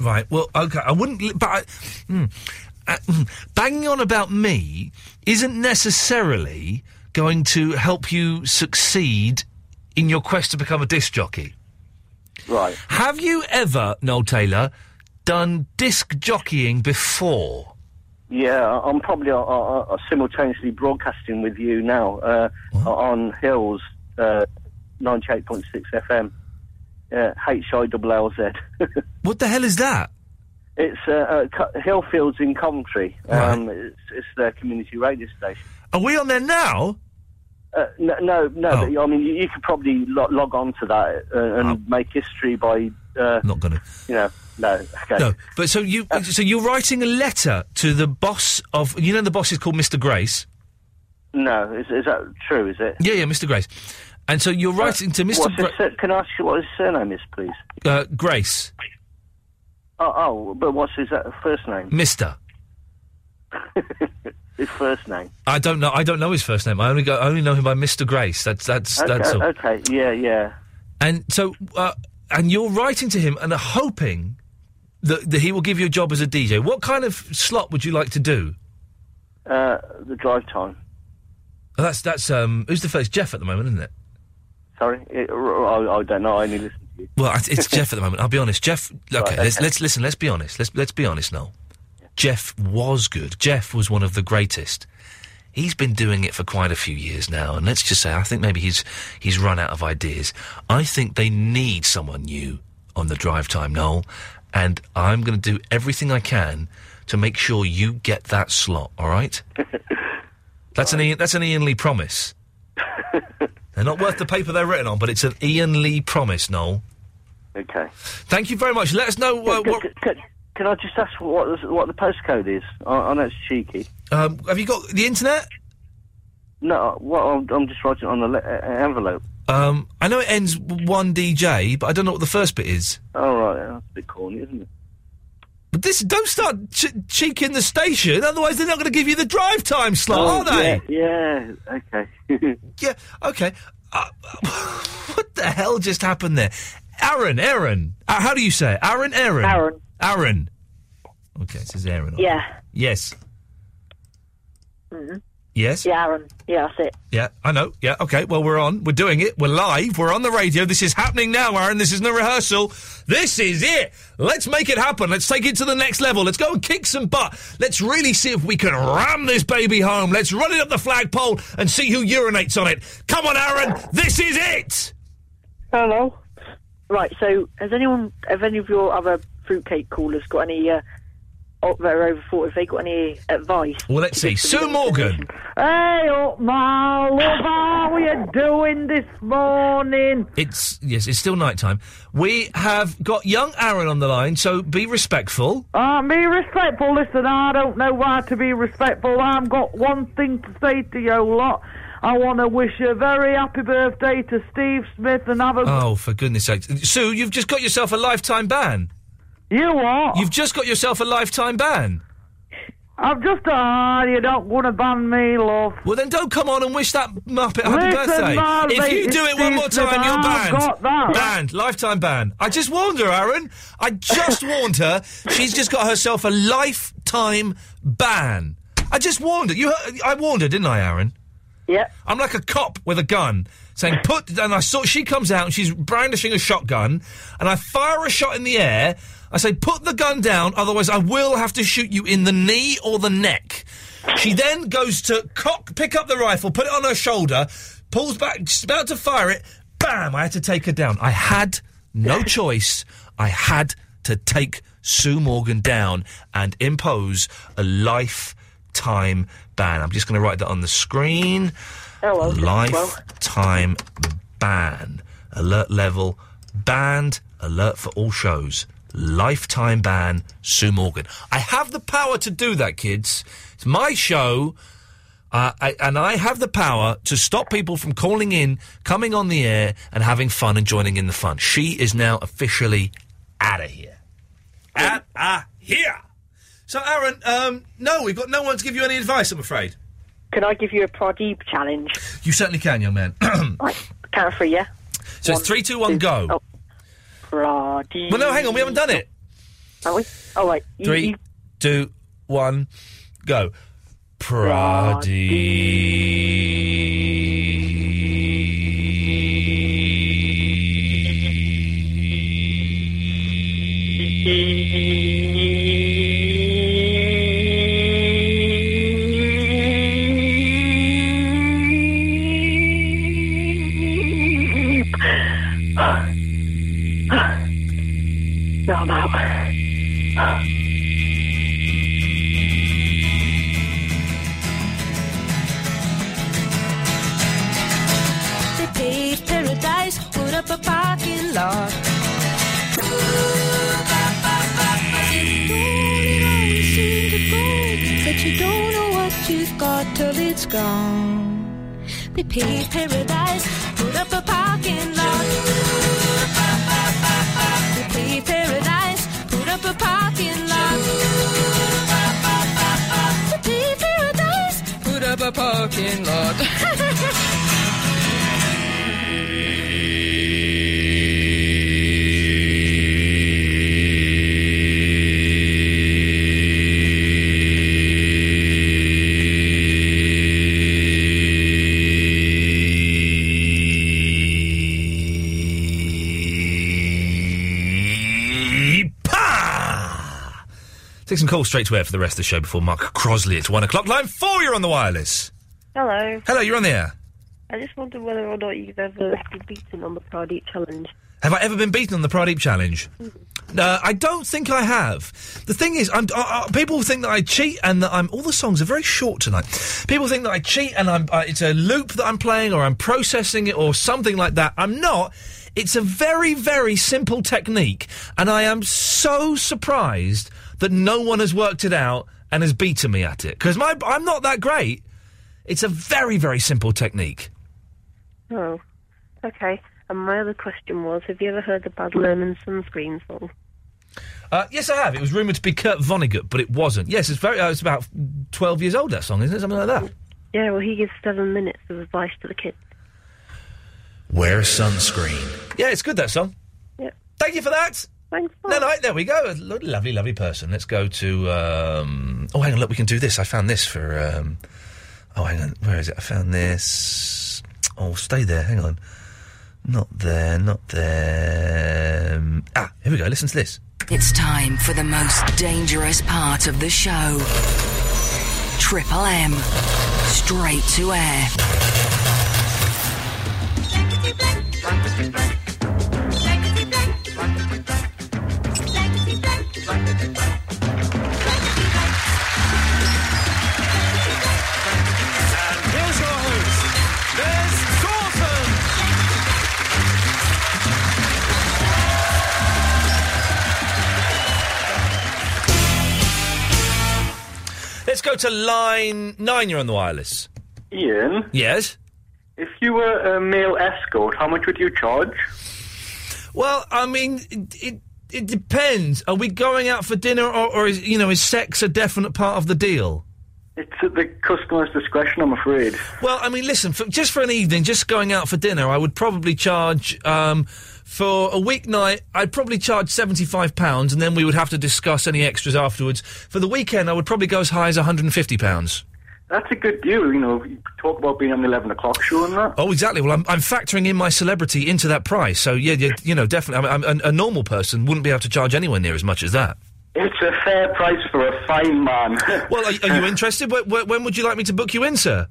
Right. Well, okay. I wouldn't, li- but I, hmm. Uh, hmm. banging on about me isn't necessarily going to help you succeed in your quest to become a disc jockey.
Right.
Have you ever, Noel Taylor, done disc jockeying before?
Yeah, I- I'm probably uh, uh, uh, simultaneously broadcasting with you now uh, on Hills uh, 98.6 FM, uh, HILLZ. <laughs>
what the hell is that?
It's uh, uh, Co- Hillfields in Coventry. Um, it's, it's their community radio station.
Are we on there now? Oh.
Uh, no, no, no but, I mean, you, you could probably lo- log on to that uh, and make history by. Uh,
Not gonna.
You know, no. Okay. <laughs>
No, but so you, so you're writing a letter to the boss of, you know, the boss is called Mr. Grace.
No, is, is that true? Is it?
Yeah, yeah, Mr. Grace. And so you're writing to Mr.
What's his
Gra-
sur- can I ask you what his surname is, please?
uh, Grace,
Oh, oh, but what's his uh, first name?
Mister.
His first name.
I don't know. I don't know his first name. I only go. I only know him by Mr. Grace. That's that's
Okay,
that's all.
okay, yeah, yeah.
And so, uh, and you're writing to him and hoping that, that he will give you a job as a DJ. What kind of slot would you like to do?
Uh, the drive time.
Oh, that's that's um. Who's the first? Jeff at the moment, isn't it?
Sorry, it, I, I don't know. I only listen to you.
Well,
<laughs>
it's- it's Jeff at the moment. I'll be honest. Jeff. Okay,
Right,
Let's,
okay.
let's listen. Let's be honest. Let's let's be honest now. Jeff was good. Jeff was one of the greatest. He's been doing it for quite a few years now, and let's just say I think maybe he's he's run out of ideas. I think they need someone new on the drive time, Noel, and I'm going to do everything I can to make sure you get that slot.
<laughs>
All right? That's an Ian, that's an Ian Lee promise. they're not worth the paper they're written on, but it's an Ian Lee promise, Noel.
Okay.
Thank you very much. Let us know uh, what.
Can I just ask what the- what the postcode is? I, I know it's cheeky.
Um, have you got the internet?
No, well, I'm, I'm just writing it on the le- uh, envelope.
Um, I know it ends w- one DJ, but I don't know what the first bit is.
All right, that's a bit corny, isn't it?
But this, don't start ch- cheeking the station, otherwise they're not going to give you the drive time slot,
Oh,
are they?
Yeah. yeah okay.
Yeah. Okay. Uh, <laughs> what the hell just happened there? Aaron, Aaron. Uh, how do you say it? Aaron, Aaron.
Aaron.
Aaron. Okay, it says Aaron.
Yeah.
Yes.
hmm
Mm-hmm. Yes.
Yeah, Aaron. Yeah, that's it.
Yeah, I know. Yeah, okay. Well, we're on. We're doing it. We're live. We're on the radio. This is happening now, Aaron. This isn't a rehearsal. This is it. Let's make it happen. Let's take it to the next level. Let's go and kick some butt. Let's really see if we can ram this baby home. Let's run it up the flagpole and see who urinates on it. Come on, Aaron. This is it.
Hello. Right. So, has anyone, have any of your other fruitcake callers got any? Uh, o- that are over forty. Have they got any advice?
Well, let's see. Sue Morgan.
Hey, up, my love, how are you doing this morning?
It's yes, it's still nighttime. We have got young Aaron on the line, so be respectful.
Uh, be respectful, listen, I don't know why to be respectful. I've got one thing to say to you lot. I want to wish you a very happy birthday to Steve Smith and have a...
Oh, for goodness sake. Sue, you've just got yourself a lifetime ban.
You what?
You've just got yourself a lifetime ban.
I've just ah, you're not going to ban me, love.
Well, then don't come on and wish that Muppet happy
Listen,
birthday.
Marv,
if you
it's
do it one more
Steve
time, you're
Smith,
banned.
I've got that.
Banned. Lifetime ban. I just warned her, Aaron. I just warned her. She's just got herself a lifetime ban. I just warned her. You, heard- I warned her, didn't I, Aaron?
Yeah.
I'm like a cop with a gun saying, put, and I saw, she comes out and she's brandishing a shotgun and I fire a shot in the air. I say, put the gun down, otherwise I will have to shoot you in the knee or the neck. She then goes to cock, pick up the rifle, put it on her shoulder, pulls back, she's about to fire it. Bam! I had to take her down. I had no choice. I had to take Sue Morgan down and impose a lifetime ban. I'm just going to write that on the screen.
Hello.
Lifetime ban. Alert level banned. Alert for all shows. Lifetime ban. Sue Morgan. I have the power to do that, kids. It's my show. Uh, I, and I have the power to stop people from calling in, coming on the air, and having fun and joining in the fun. She is now officially out of here. Out of here. So, Aaron, um, no, we've got no one to give you any advice, I'm afraid.
Can I give you a Pradeep challenge?
You certainly can, young man. <clears throat>
Right, count for you.
so, it's three, two, one, go.
Pradeep.
Well, no, hang on, we haven't done it.
Have we? Oh, wait. You-
Three,
you-
two, one, go. Praddy.
<laughs> no, I'm out.
<laughs>
They paved paradise, put up a parking lot. But you don't know what you've got till it's gone. They paved paradise, put up a parking lot. They paved paradise, put up a parking lot. They paved paradise, put up a parking lot. <laughs>
Pah! Take some calls straight to air for the rest of the show before Mark Crosley at one o'clock. Line four, you're on the wireless.
Hello.
Hello, you're on the air.
I just wondered whether or not you've ever been beaten on the Pradeep challenge.
Have I ever been beaten on the Pradeep Challenge? Uh, I don't think I have. The thing is, I'm, uh, uh, people think that I cheat and that I'm. All the songs are very short tonight. People think that I cheat and I'm. Uh, it's a loop that I'm playing or I'm processing it or something like that. I'm not. It's a very, very simple technique, and I am so surprised that no one has worked it out and has beaten me at it because my I'm not that great. It's a very, very simple technique.
Oh, okay. And my other question was, have you ever heard the Bad Lerman sunscreen song?
Uh, yes, I have. It was rumoured to be Kurt Vonnegut, but it wasn't. Yes, it's very. Uh, it's about twelve years old. That song, isn't it? Something like that.
Yeah, well, he gives seven minutes of advice to the kids.
Wear sunscreen. Yeah, it's good that song.
Yep.
Thank you for that.
Thanks.
No, no, there we go. A lo- lovely, lovely person. Let's go to. Um... Oh, hang on, look, we can do this. I found this for. Um... Oh, hang on, where is it? I found this. Oh, stay there. Hang on. Not there. Not there. Um, Ah, here we go. Listen to this.
It's time for the most dangerous part of the show. Triple M. Straight to air.
Here's our host, Liz Thornton.
Let's go to line nine. You're on the wireless.
Ian,
Yes.
if you were a male escort, how much would you charge?
Well, I mean, it, it It depends. Are we going out for dinner, or, or is you know is sex a definite part of the deal?
It's at the customer's discretion, I'm afraid.
Well, I mean, listen, for, just for an evening, just going out for dinner, I would probably charge um, for a weeknight. I'd probably charge seventy-five pounds, and then we would have to discuss any extras afterwards. For the weekend, I would probably go as high as one hundred and fifty pounds.
That's a good deal, you know. You talk about being on the 11 o'clock show and that.
Oh, exactly. Well, I'm, I'm factoring in my celebrity into that price. So yeah, you, you know, definitely, I'm, I'm, a, a normal person wouldn't be able to charge anywhere near as much as that.
It's a fair price for a fine man.
<laughs> well, are, are you interested? Wh- wh- when would you like me to book you in, sir?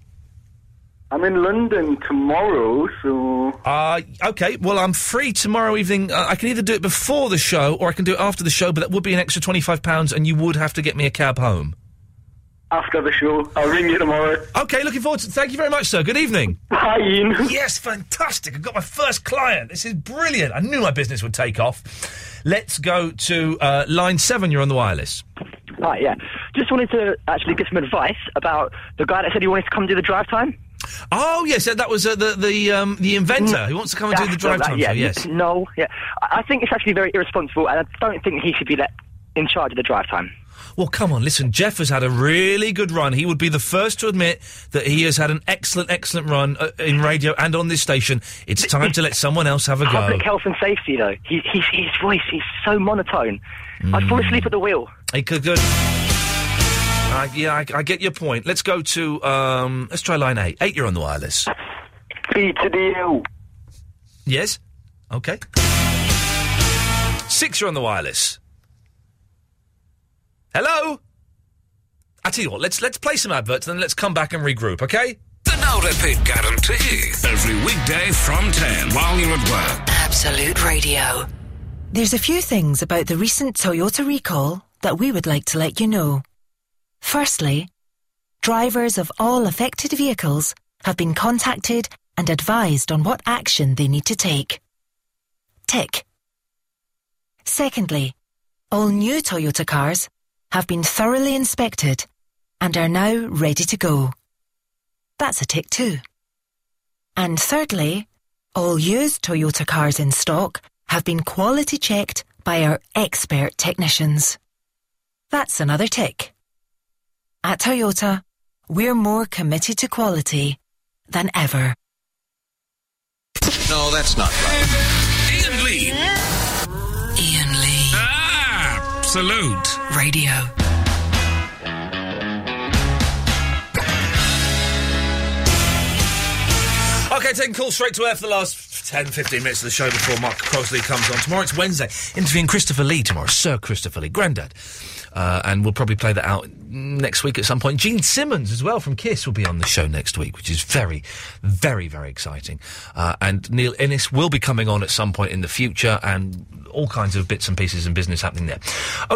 I'm in London tomorrow, so.
Uh, okay. Well, I'm free tomorrow evening. Uh, I can either do it before the show or I can do it after the show, but that would be an extra twenty-five pounds, and you would have to get me a cab home.
After the show, I'll ring you tomorrow.
Okay, looking forward to it. Oh, Thank you very much, sir. Good evening.
Hi, Ian.
Yes, fantastic. I've got my first client. This is brilliant. I knew my business would take off. Let's go to uh, line seven. You're on the wireless.
Right, yeah. Just wanted to actually give some advice about the guy that said he wanted to come do the drive time.
Oh yes, that that was uh, the the um, the inventor who wants to come and do the
That's
drive
not that,
time.
Yeah,
show, yes.
n- No, Oh, yeah. I I think it's actually very irresponsible, and I don't think he should be let in charge of the drive time.
Well, come on, listen. Jeff has had a really good run. He would be the first to admit that he has had an excellent, excellent run uh, in radio and on this station. It's time to let someone else have a go.
Public health and safety, though. He, he's, his voice, he's so monotone. I'd fall asleep at the wheel.
He could good. Uh, yeah, I, I get your point. Let's go to um, let's try line eight. Eight, you're on the wireless.
B to the U.
Yes. Okay. Six, you're on the wireless. Hello. I tell you what, let's let's play some adverts, then let's come back and regroup. Okay.
The no repeat guarantee. Every weekday from 10 while you're at work.
Absolute Radio.
There's a few things about the recent Toyota recall that we would like to let you know. Firstly, drivers of all affected vehicles have been contacted and advised on what action they need to take. Tick. Secondly, all new Toyota cars have been thoroughly inspected and are now ready to go. That's a tick too. And thirdly, all used Toyota cars in stock have been quality checked by our expert technicians. That's another tick. At Toyota, we're more committed to quality than ever.
No, that's not right. Ian Lee. Ian Lee. Ah, salute.
Radio.
Okay, taking calls straight to air for the last 10, 15 minutes of the show before Mark Crosley comes on. Tomorrow it's Wednesday. Interviewing Christopher Lee tomorrow, Sir Christopher Lee, Grandad. Uh, and we'll probably play that out next week at some point. Gene Simmons as well from Kiss will be on the show next week, which is very, very, very exciting. Uh, and Neil Innes will be coming on at some point in the future and all kinds of bits and pieces and business happening there.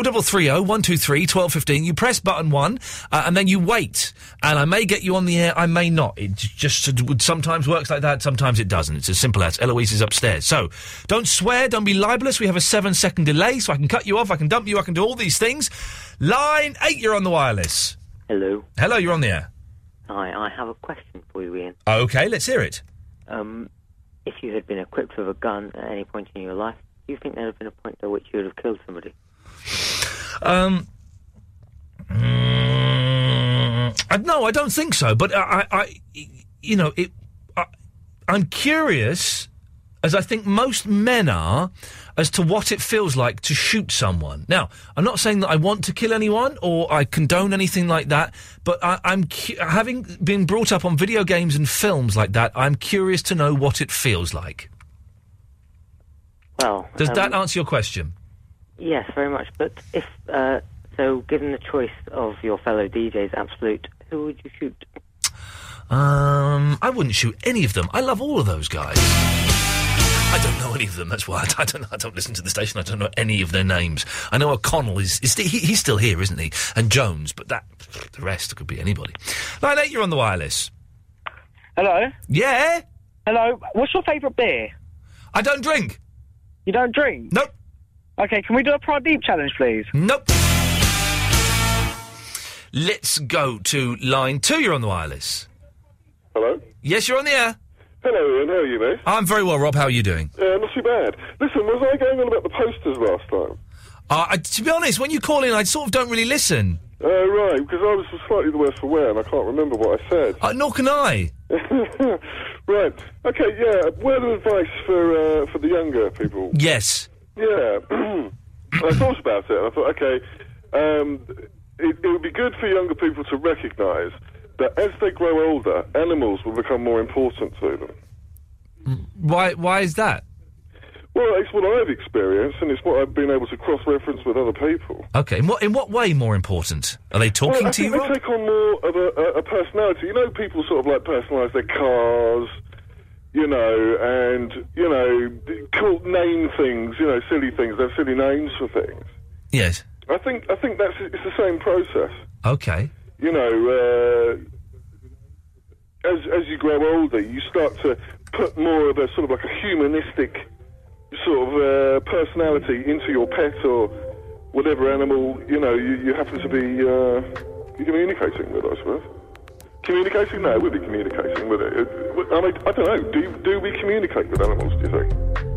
0330 123 1215. You press button one uh, and then you wait. And I may get you on the air, I may not. It j- just it would- sometimes works like that, sometimes it doesn't. It's as simple as Eloise is upstairs. So don't swear, don't be libelous. We have a seven second delay, so I can cut you off, I can dump you, I can do all these things. Line eight, you're on the wireless.
Hello.
Hello, you're on the air.
Hi, I have a question for you, Ian.
Okay, let's hear it.
Um, if you had been equipped with a gun at any point in your life, do you think there would have been a point at which you would have killed somebody?
Um, mm, I, no, I don't think so. But I, I, I you know, it. I, I'm curious, as I think most men are, as to what it feels like to shoot someone. Now, I'm not saying that I want to kill anyone or I condone anything like that. But I, I'm cu- having been brought up on video games and films like that. I'm curious to know what it feels like.
Well,
Does
um,
that answer your question?
Yes, very much. But if uh, so, given the choice of your fellow DJs, absolute, who would you shoot?
Um, I wouldn't shoot any of them. I love all of those guys. I don't know any of them. That's why I, I don't. I don't listen to the station. I don't know any of their names. I know O'Connell is. is he, he's still here, isn't he? And Jones, but that the rest could be anybody. Line eight, you're on the wireless.
Hello?
Yeah?
Hello? What's your favourite beer?
I don't drink.
You don't drink?
Nope.
Okay, can we do a Pradeep challenge, please?
Nope. Let's go to line two. You're on the wireless.
Hello?
Yes, you're on the air.
Hello, Ian. How are you, mate?
I'm very well, Rob. How are you doing?
Uh, not too bad. Listen, was I going on about the posters last time?
Uh, I, to be honest, when you call in, I sort of don't really listen.
Uh, right, because I was slightly the worse for wear, and I can't remember what I said.
Uh, nor can I.
<laughs> right. Okay. Yeah. Word of advice for uh, for the younger people.
Yes.
Yeah. <clears throat> I thought about it, and I thought, okay, um, it, it would be good for younger people to recognise that as they grow older, animals will become more important to them.
Why? Why is that?
Well, it's what I've experienced, and it's what I've been able to cross-reference with other people.
Okay. In what in what way more important? Are they talking
well, I
to
think
you?
they take on more of a, a, a personality. You know, people sort of like personalise their cars, you know, and you know, call name things, you know, silly things. They have silly names for things.
Yes.
I think I think that's it's the same process.
Okay.
You know, uh, as as you grow older, you start to put more of a sort of like a humanistic sort of uh, personality into your pet or whatever animal you know you, you happen to be uh, communicating with. I suppose. Communicating? No, we'd be communicating with it. It- I mean, I don't know. Do do we communicate with animals? Do you think?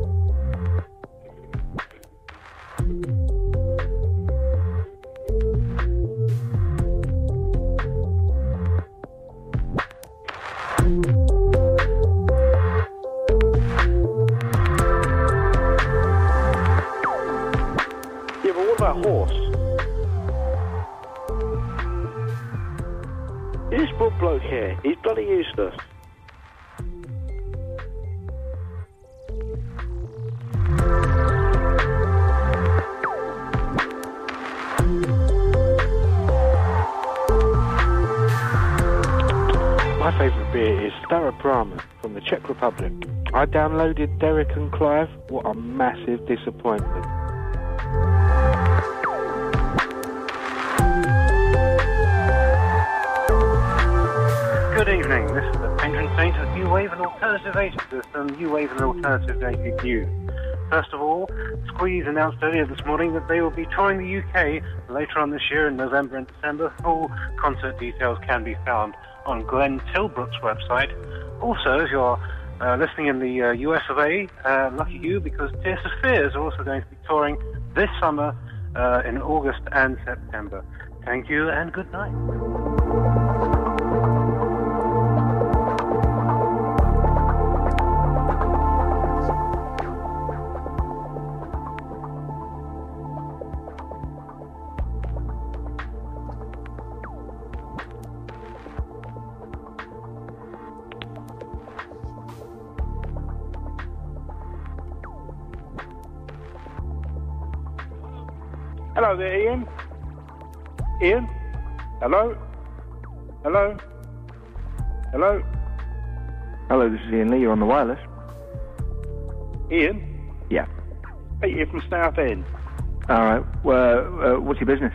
Yeah, but what about horse? Is this book bloke here? He's bloody useless. My favourite beer is Stara Brahma from the Czech Republic. I downloaded Derek and Clive. What a massive disappointment.
Good evening. This is the Pension Saint of New Wave and Alternative Agencies and New Wave and Alternative Dated News. First of all, Squeeze announced earlier this morning that they will be touring the UK later on this year in November and December. Full concert details can be found on Glenn Tilbrook's website. Also, if you're uh, listening in the uh, US of A, uh, lucky you because Tears of Fears are also going to be touring this summer uh, in August and September. Thank you and good night.
Hello there, Ian. Ian? Hello? Hello? Hello?
Hello, this is Ian Lee. You're on the wireless.
Ian?
Yeah.
Hey, you're from South End.
All right. Well, uh, what's your business?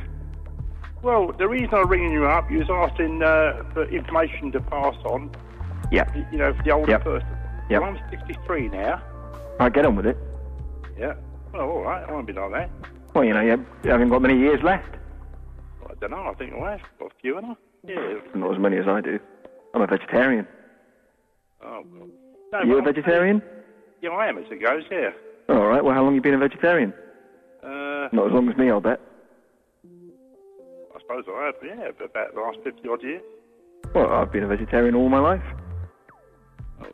Well, the reason I'm ringing you up, you was asking uh, for information to pass on,
Yeah.
y- you know, for the older
Yep.
person.
Yep.
Well, I'm 63 now.
All right, get on with it.
Yeah. Well, all right, I want to be like that.
Well, you know, you haven't got many years left.
I don't know, I think I'll have got a few, and I? Yeah.
Not as many as I do. I'm a vegetarian.
Oh, God.
Are you a vegetarian?
Yeah, I am as it goes, yeah.
All right. Well, how long you been a vegetarian?
Uh,
Not as long as me, I'll bet.
I suppose I have, yeah, but about the last 50 odd years.
Well, I've been a vegetarian all my life.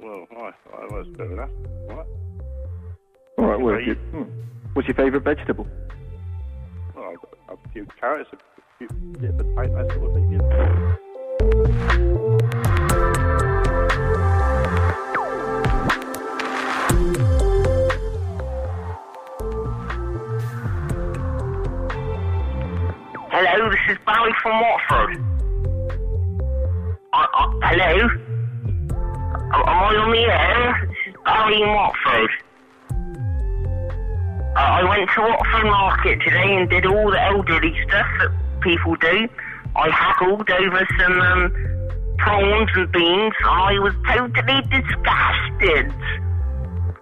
Oh, well, I, I was fair enough. All right.
All right. Well,
Right.
you, hmm. what's your favourite vegetable?
Well, I've got a few carrots, a few bit of potato, that sort of thing, yeah.
Hello, this is Barry from Watford. I, I, hello? Am am I on the air? This is Barry in Watford. Uh, I went to Watford Market today and did all the elderly stuff that people do. I haggled over some um, prawns and beans and I was totally disgusted.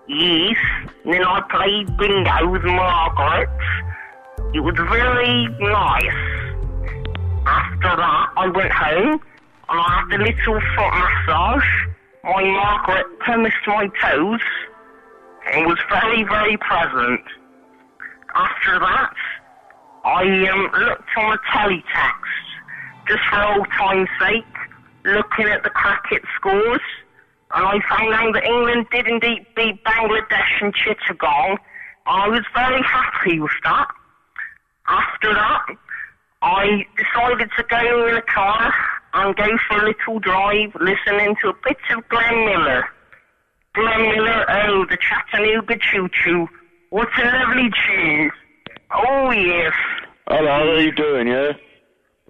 Yes. And then I played bingo with Margaret. It was very nice. After that, I went home and I had a little foot massage my Margaret pumice my toes and was very, very pleasant. After that, I um, looked on the teletext just for old time's sake, looking at the cricket scores, and I found out that England did indeed beat Bangladesh and Chittagong. I was very happy with that. After that, I decided to go in the car and go for a little drive, listening to a bit of Glenn Miller. Glenn Miller, oh, the Chattanooga Choo Choo. What a lovely tune. Oh, yes.
Hello, how are you doing, yeah?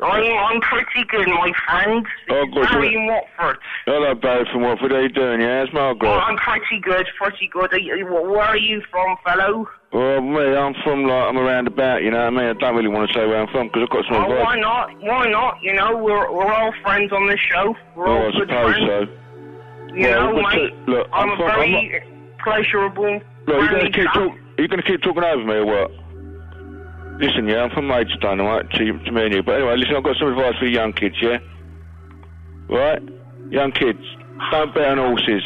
I'm, Oh, I'm pretty good, my friend.
Oh, good.
Barry in Watford.
Hello, Barry from Watford. How you doing, yeah? It's Margaret.
Oh, I'm pretty good, pretty good. Are you- Where are you from, fellow?
Well, me, I'm from, like, I'm around about, you know what I mean? I don't really want to say where I'm from because I've got some
Oh,
advice.
why not? Why not? You know, we're, we're all friends on this show. We're
Oh,
all
I
good
suppose
friends.
so.
You
Well,
know,
but
mate,
you- look,
I'm,
I'm
a
from- I'm
very pleasurable.
Look, you're going
friendly
to keep
chap.
talk- you going to keep talking over me or what? Listen, yeah, I'm from Maidstone, all right, to, you- to me and you. But anyway, listen, I've got some advice for you young kids, yeah? Right? Young kids, don't bet on horses.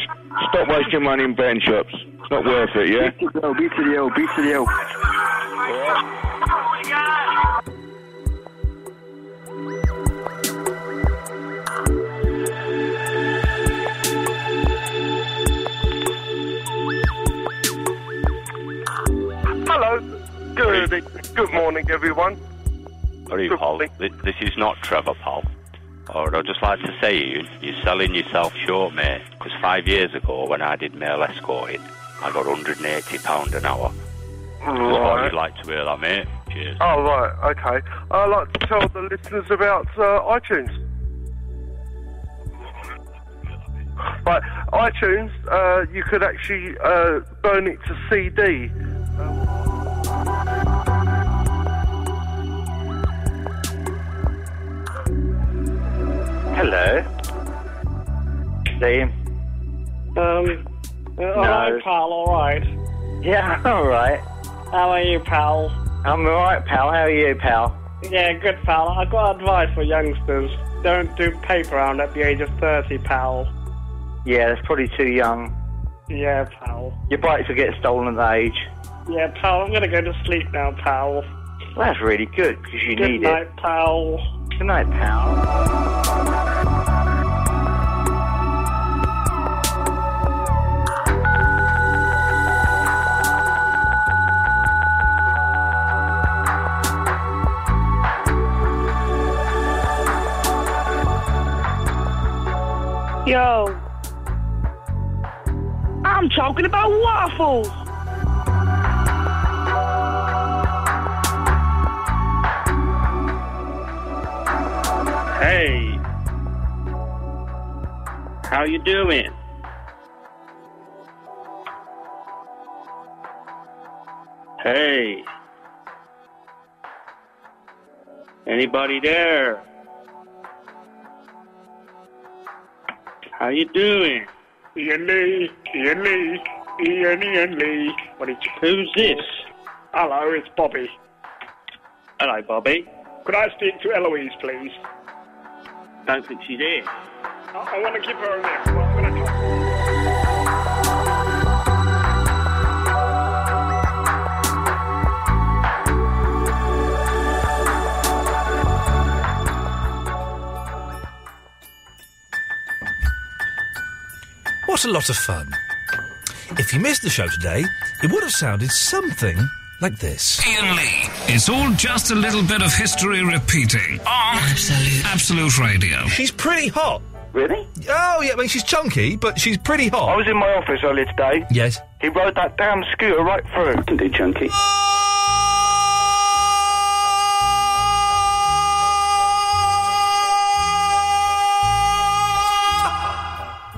Stop wasting money in betting shops. It's not worth it, yeah?
Beat to the L, beat to the L, beat to the L.
Hello. Good good morning, everyone.
Sorry, Paul. Th- This is not Trevor, Paul. Or I'd just like to say you, you're selling yourself short, mate. Because five years ago, when I did male escorting, I got £180 an hour. Oh,
Right.
you'd like to hear that, mate? Cheers.
Oh, right. Okay. I'd like to tell the listeners about uh, iTunes. Right, iTunes, uh, you could actually uh, burn it to CD.
Hello. Liam.
Um, uh, all right, pal, all right.
Yeah, <laughs> all right.
How are you, pal?
I'm all right, pal. How are you, pal?
Yeah, good, pal. I've got advice for youngsters. Don't do paper round at the age of 30, pal.
Yeah, that's probably too young.
Yeah, pal.
Your bikes will get stolen at that age.
Yeah, pal, I'm gonna go to sleep now, pal.
Well, that's really good because you
good
need
night,
it.
pal.
Good night, pal.
Yo. I'm talking about waffles.
Hey, how you doing? Hey, anybody there? How you doing? Ian Lee, Ian Lee, Ian Ian Lee. What did you? Who's this? Hello, it's Bobby. Hello, Bobby.
Could I speak to Eloise, please?
Don't think she's here.
I, I want to give her a lift.
What a lot of fun. If you missed the show today, it would have sounded something like this.
Ian Lee. It's all just a little bit of history repeating on Absolute, Absolute Radio.
She's pretty hot.
Really?
Oh, yeah, I mean, she's chunky, but she's pretty hot. I
was in my office earlier today.
Yes.
He rode that damn scooter right through. I can do chunky.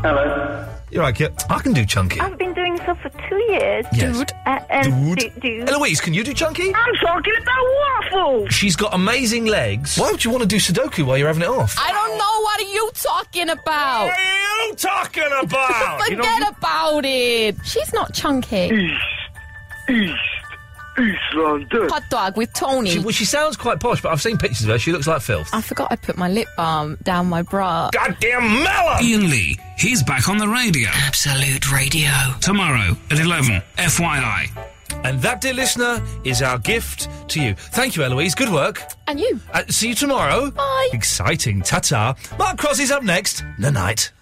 Hello. You're right, Kit. I can do chunky.
I've been doing so for two years,
Yes.
dude. Uh, and
Dude.
dude.
Eloise, can you do chunky? I'm
talking about waffles.
She's got amazing legs. Why would you want to do Sudoku while you're having it off?
I don't know. What are you talking about?
Oh, What are you
<laughs>
talking about? You
Forget about it. She's not chunky.
East, east,
I'm doing.
Hot dog with Tony.
She, well, she sounds quite posh, but I've seen pictures of her. She looks like filth.
I forgot I put my lip balm down my bra.
Goddamn mellow!
Ian Lee, he's back on the radio.
Absolute Radio.
Tomorrow at 11, FYI.
And that, dear listener, is our gift to you. Thank you, Eloise. Good work.
And you.
Uh, see you tomorrow. Bye. Exciting. Ta ta. Mark Crosby's up next. Night night.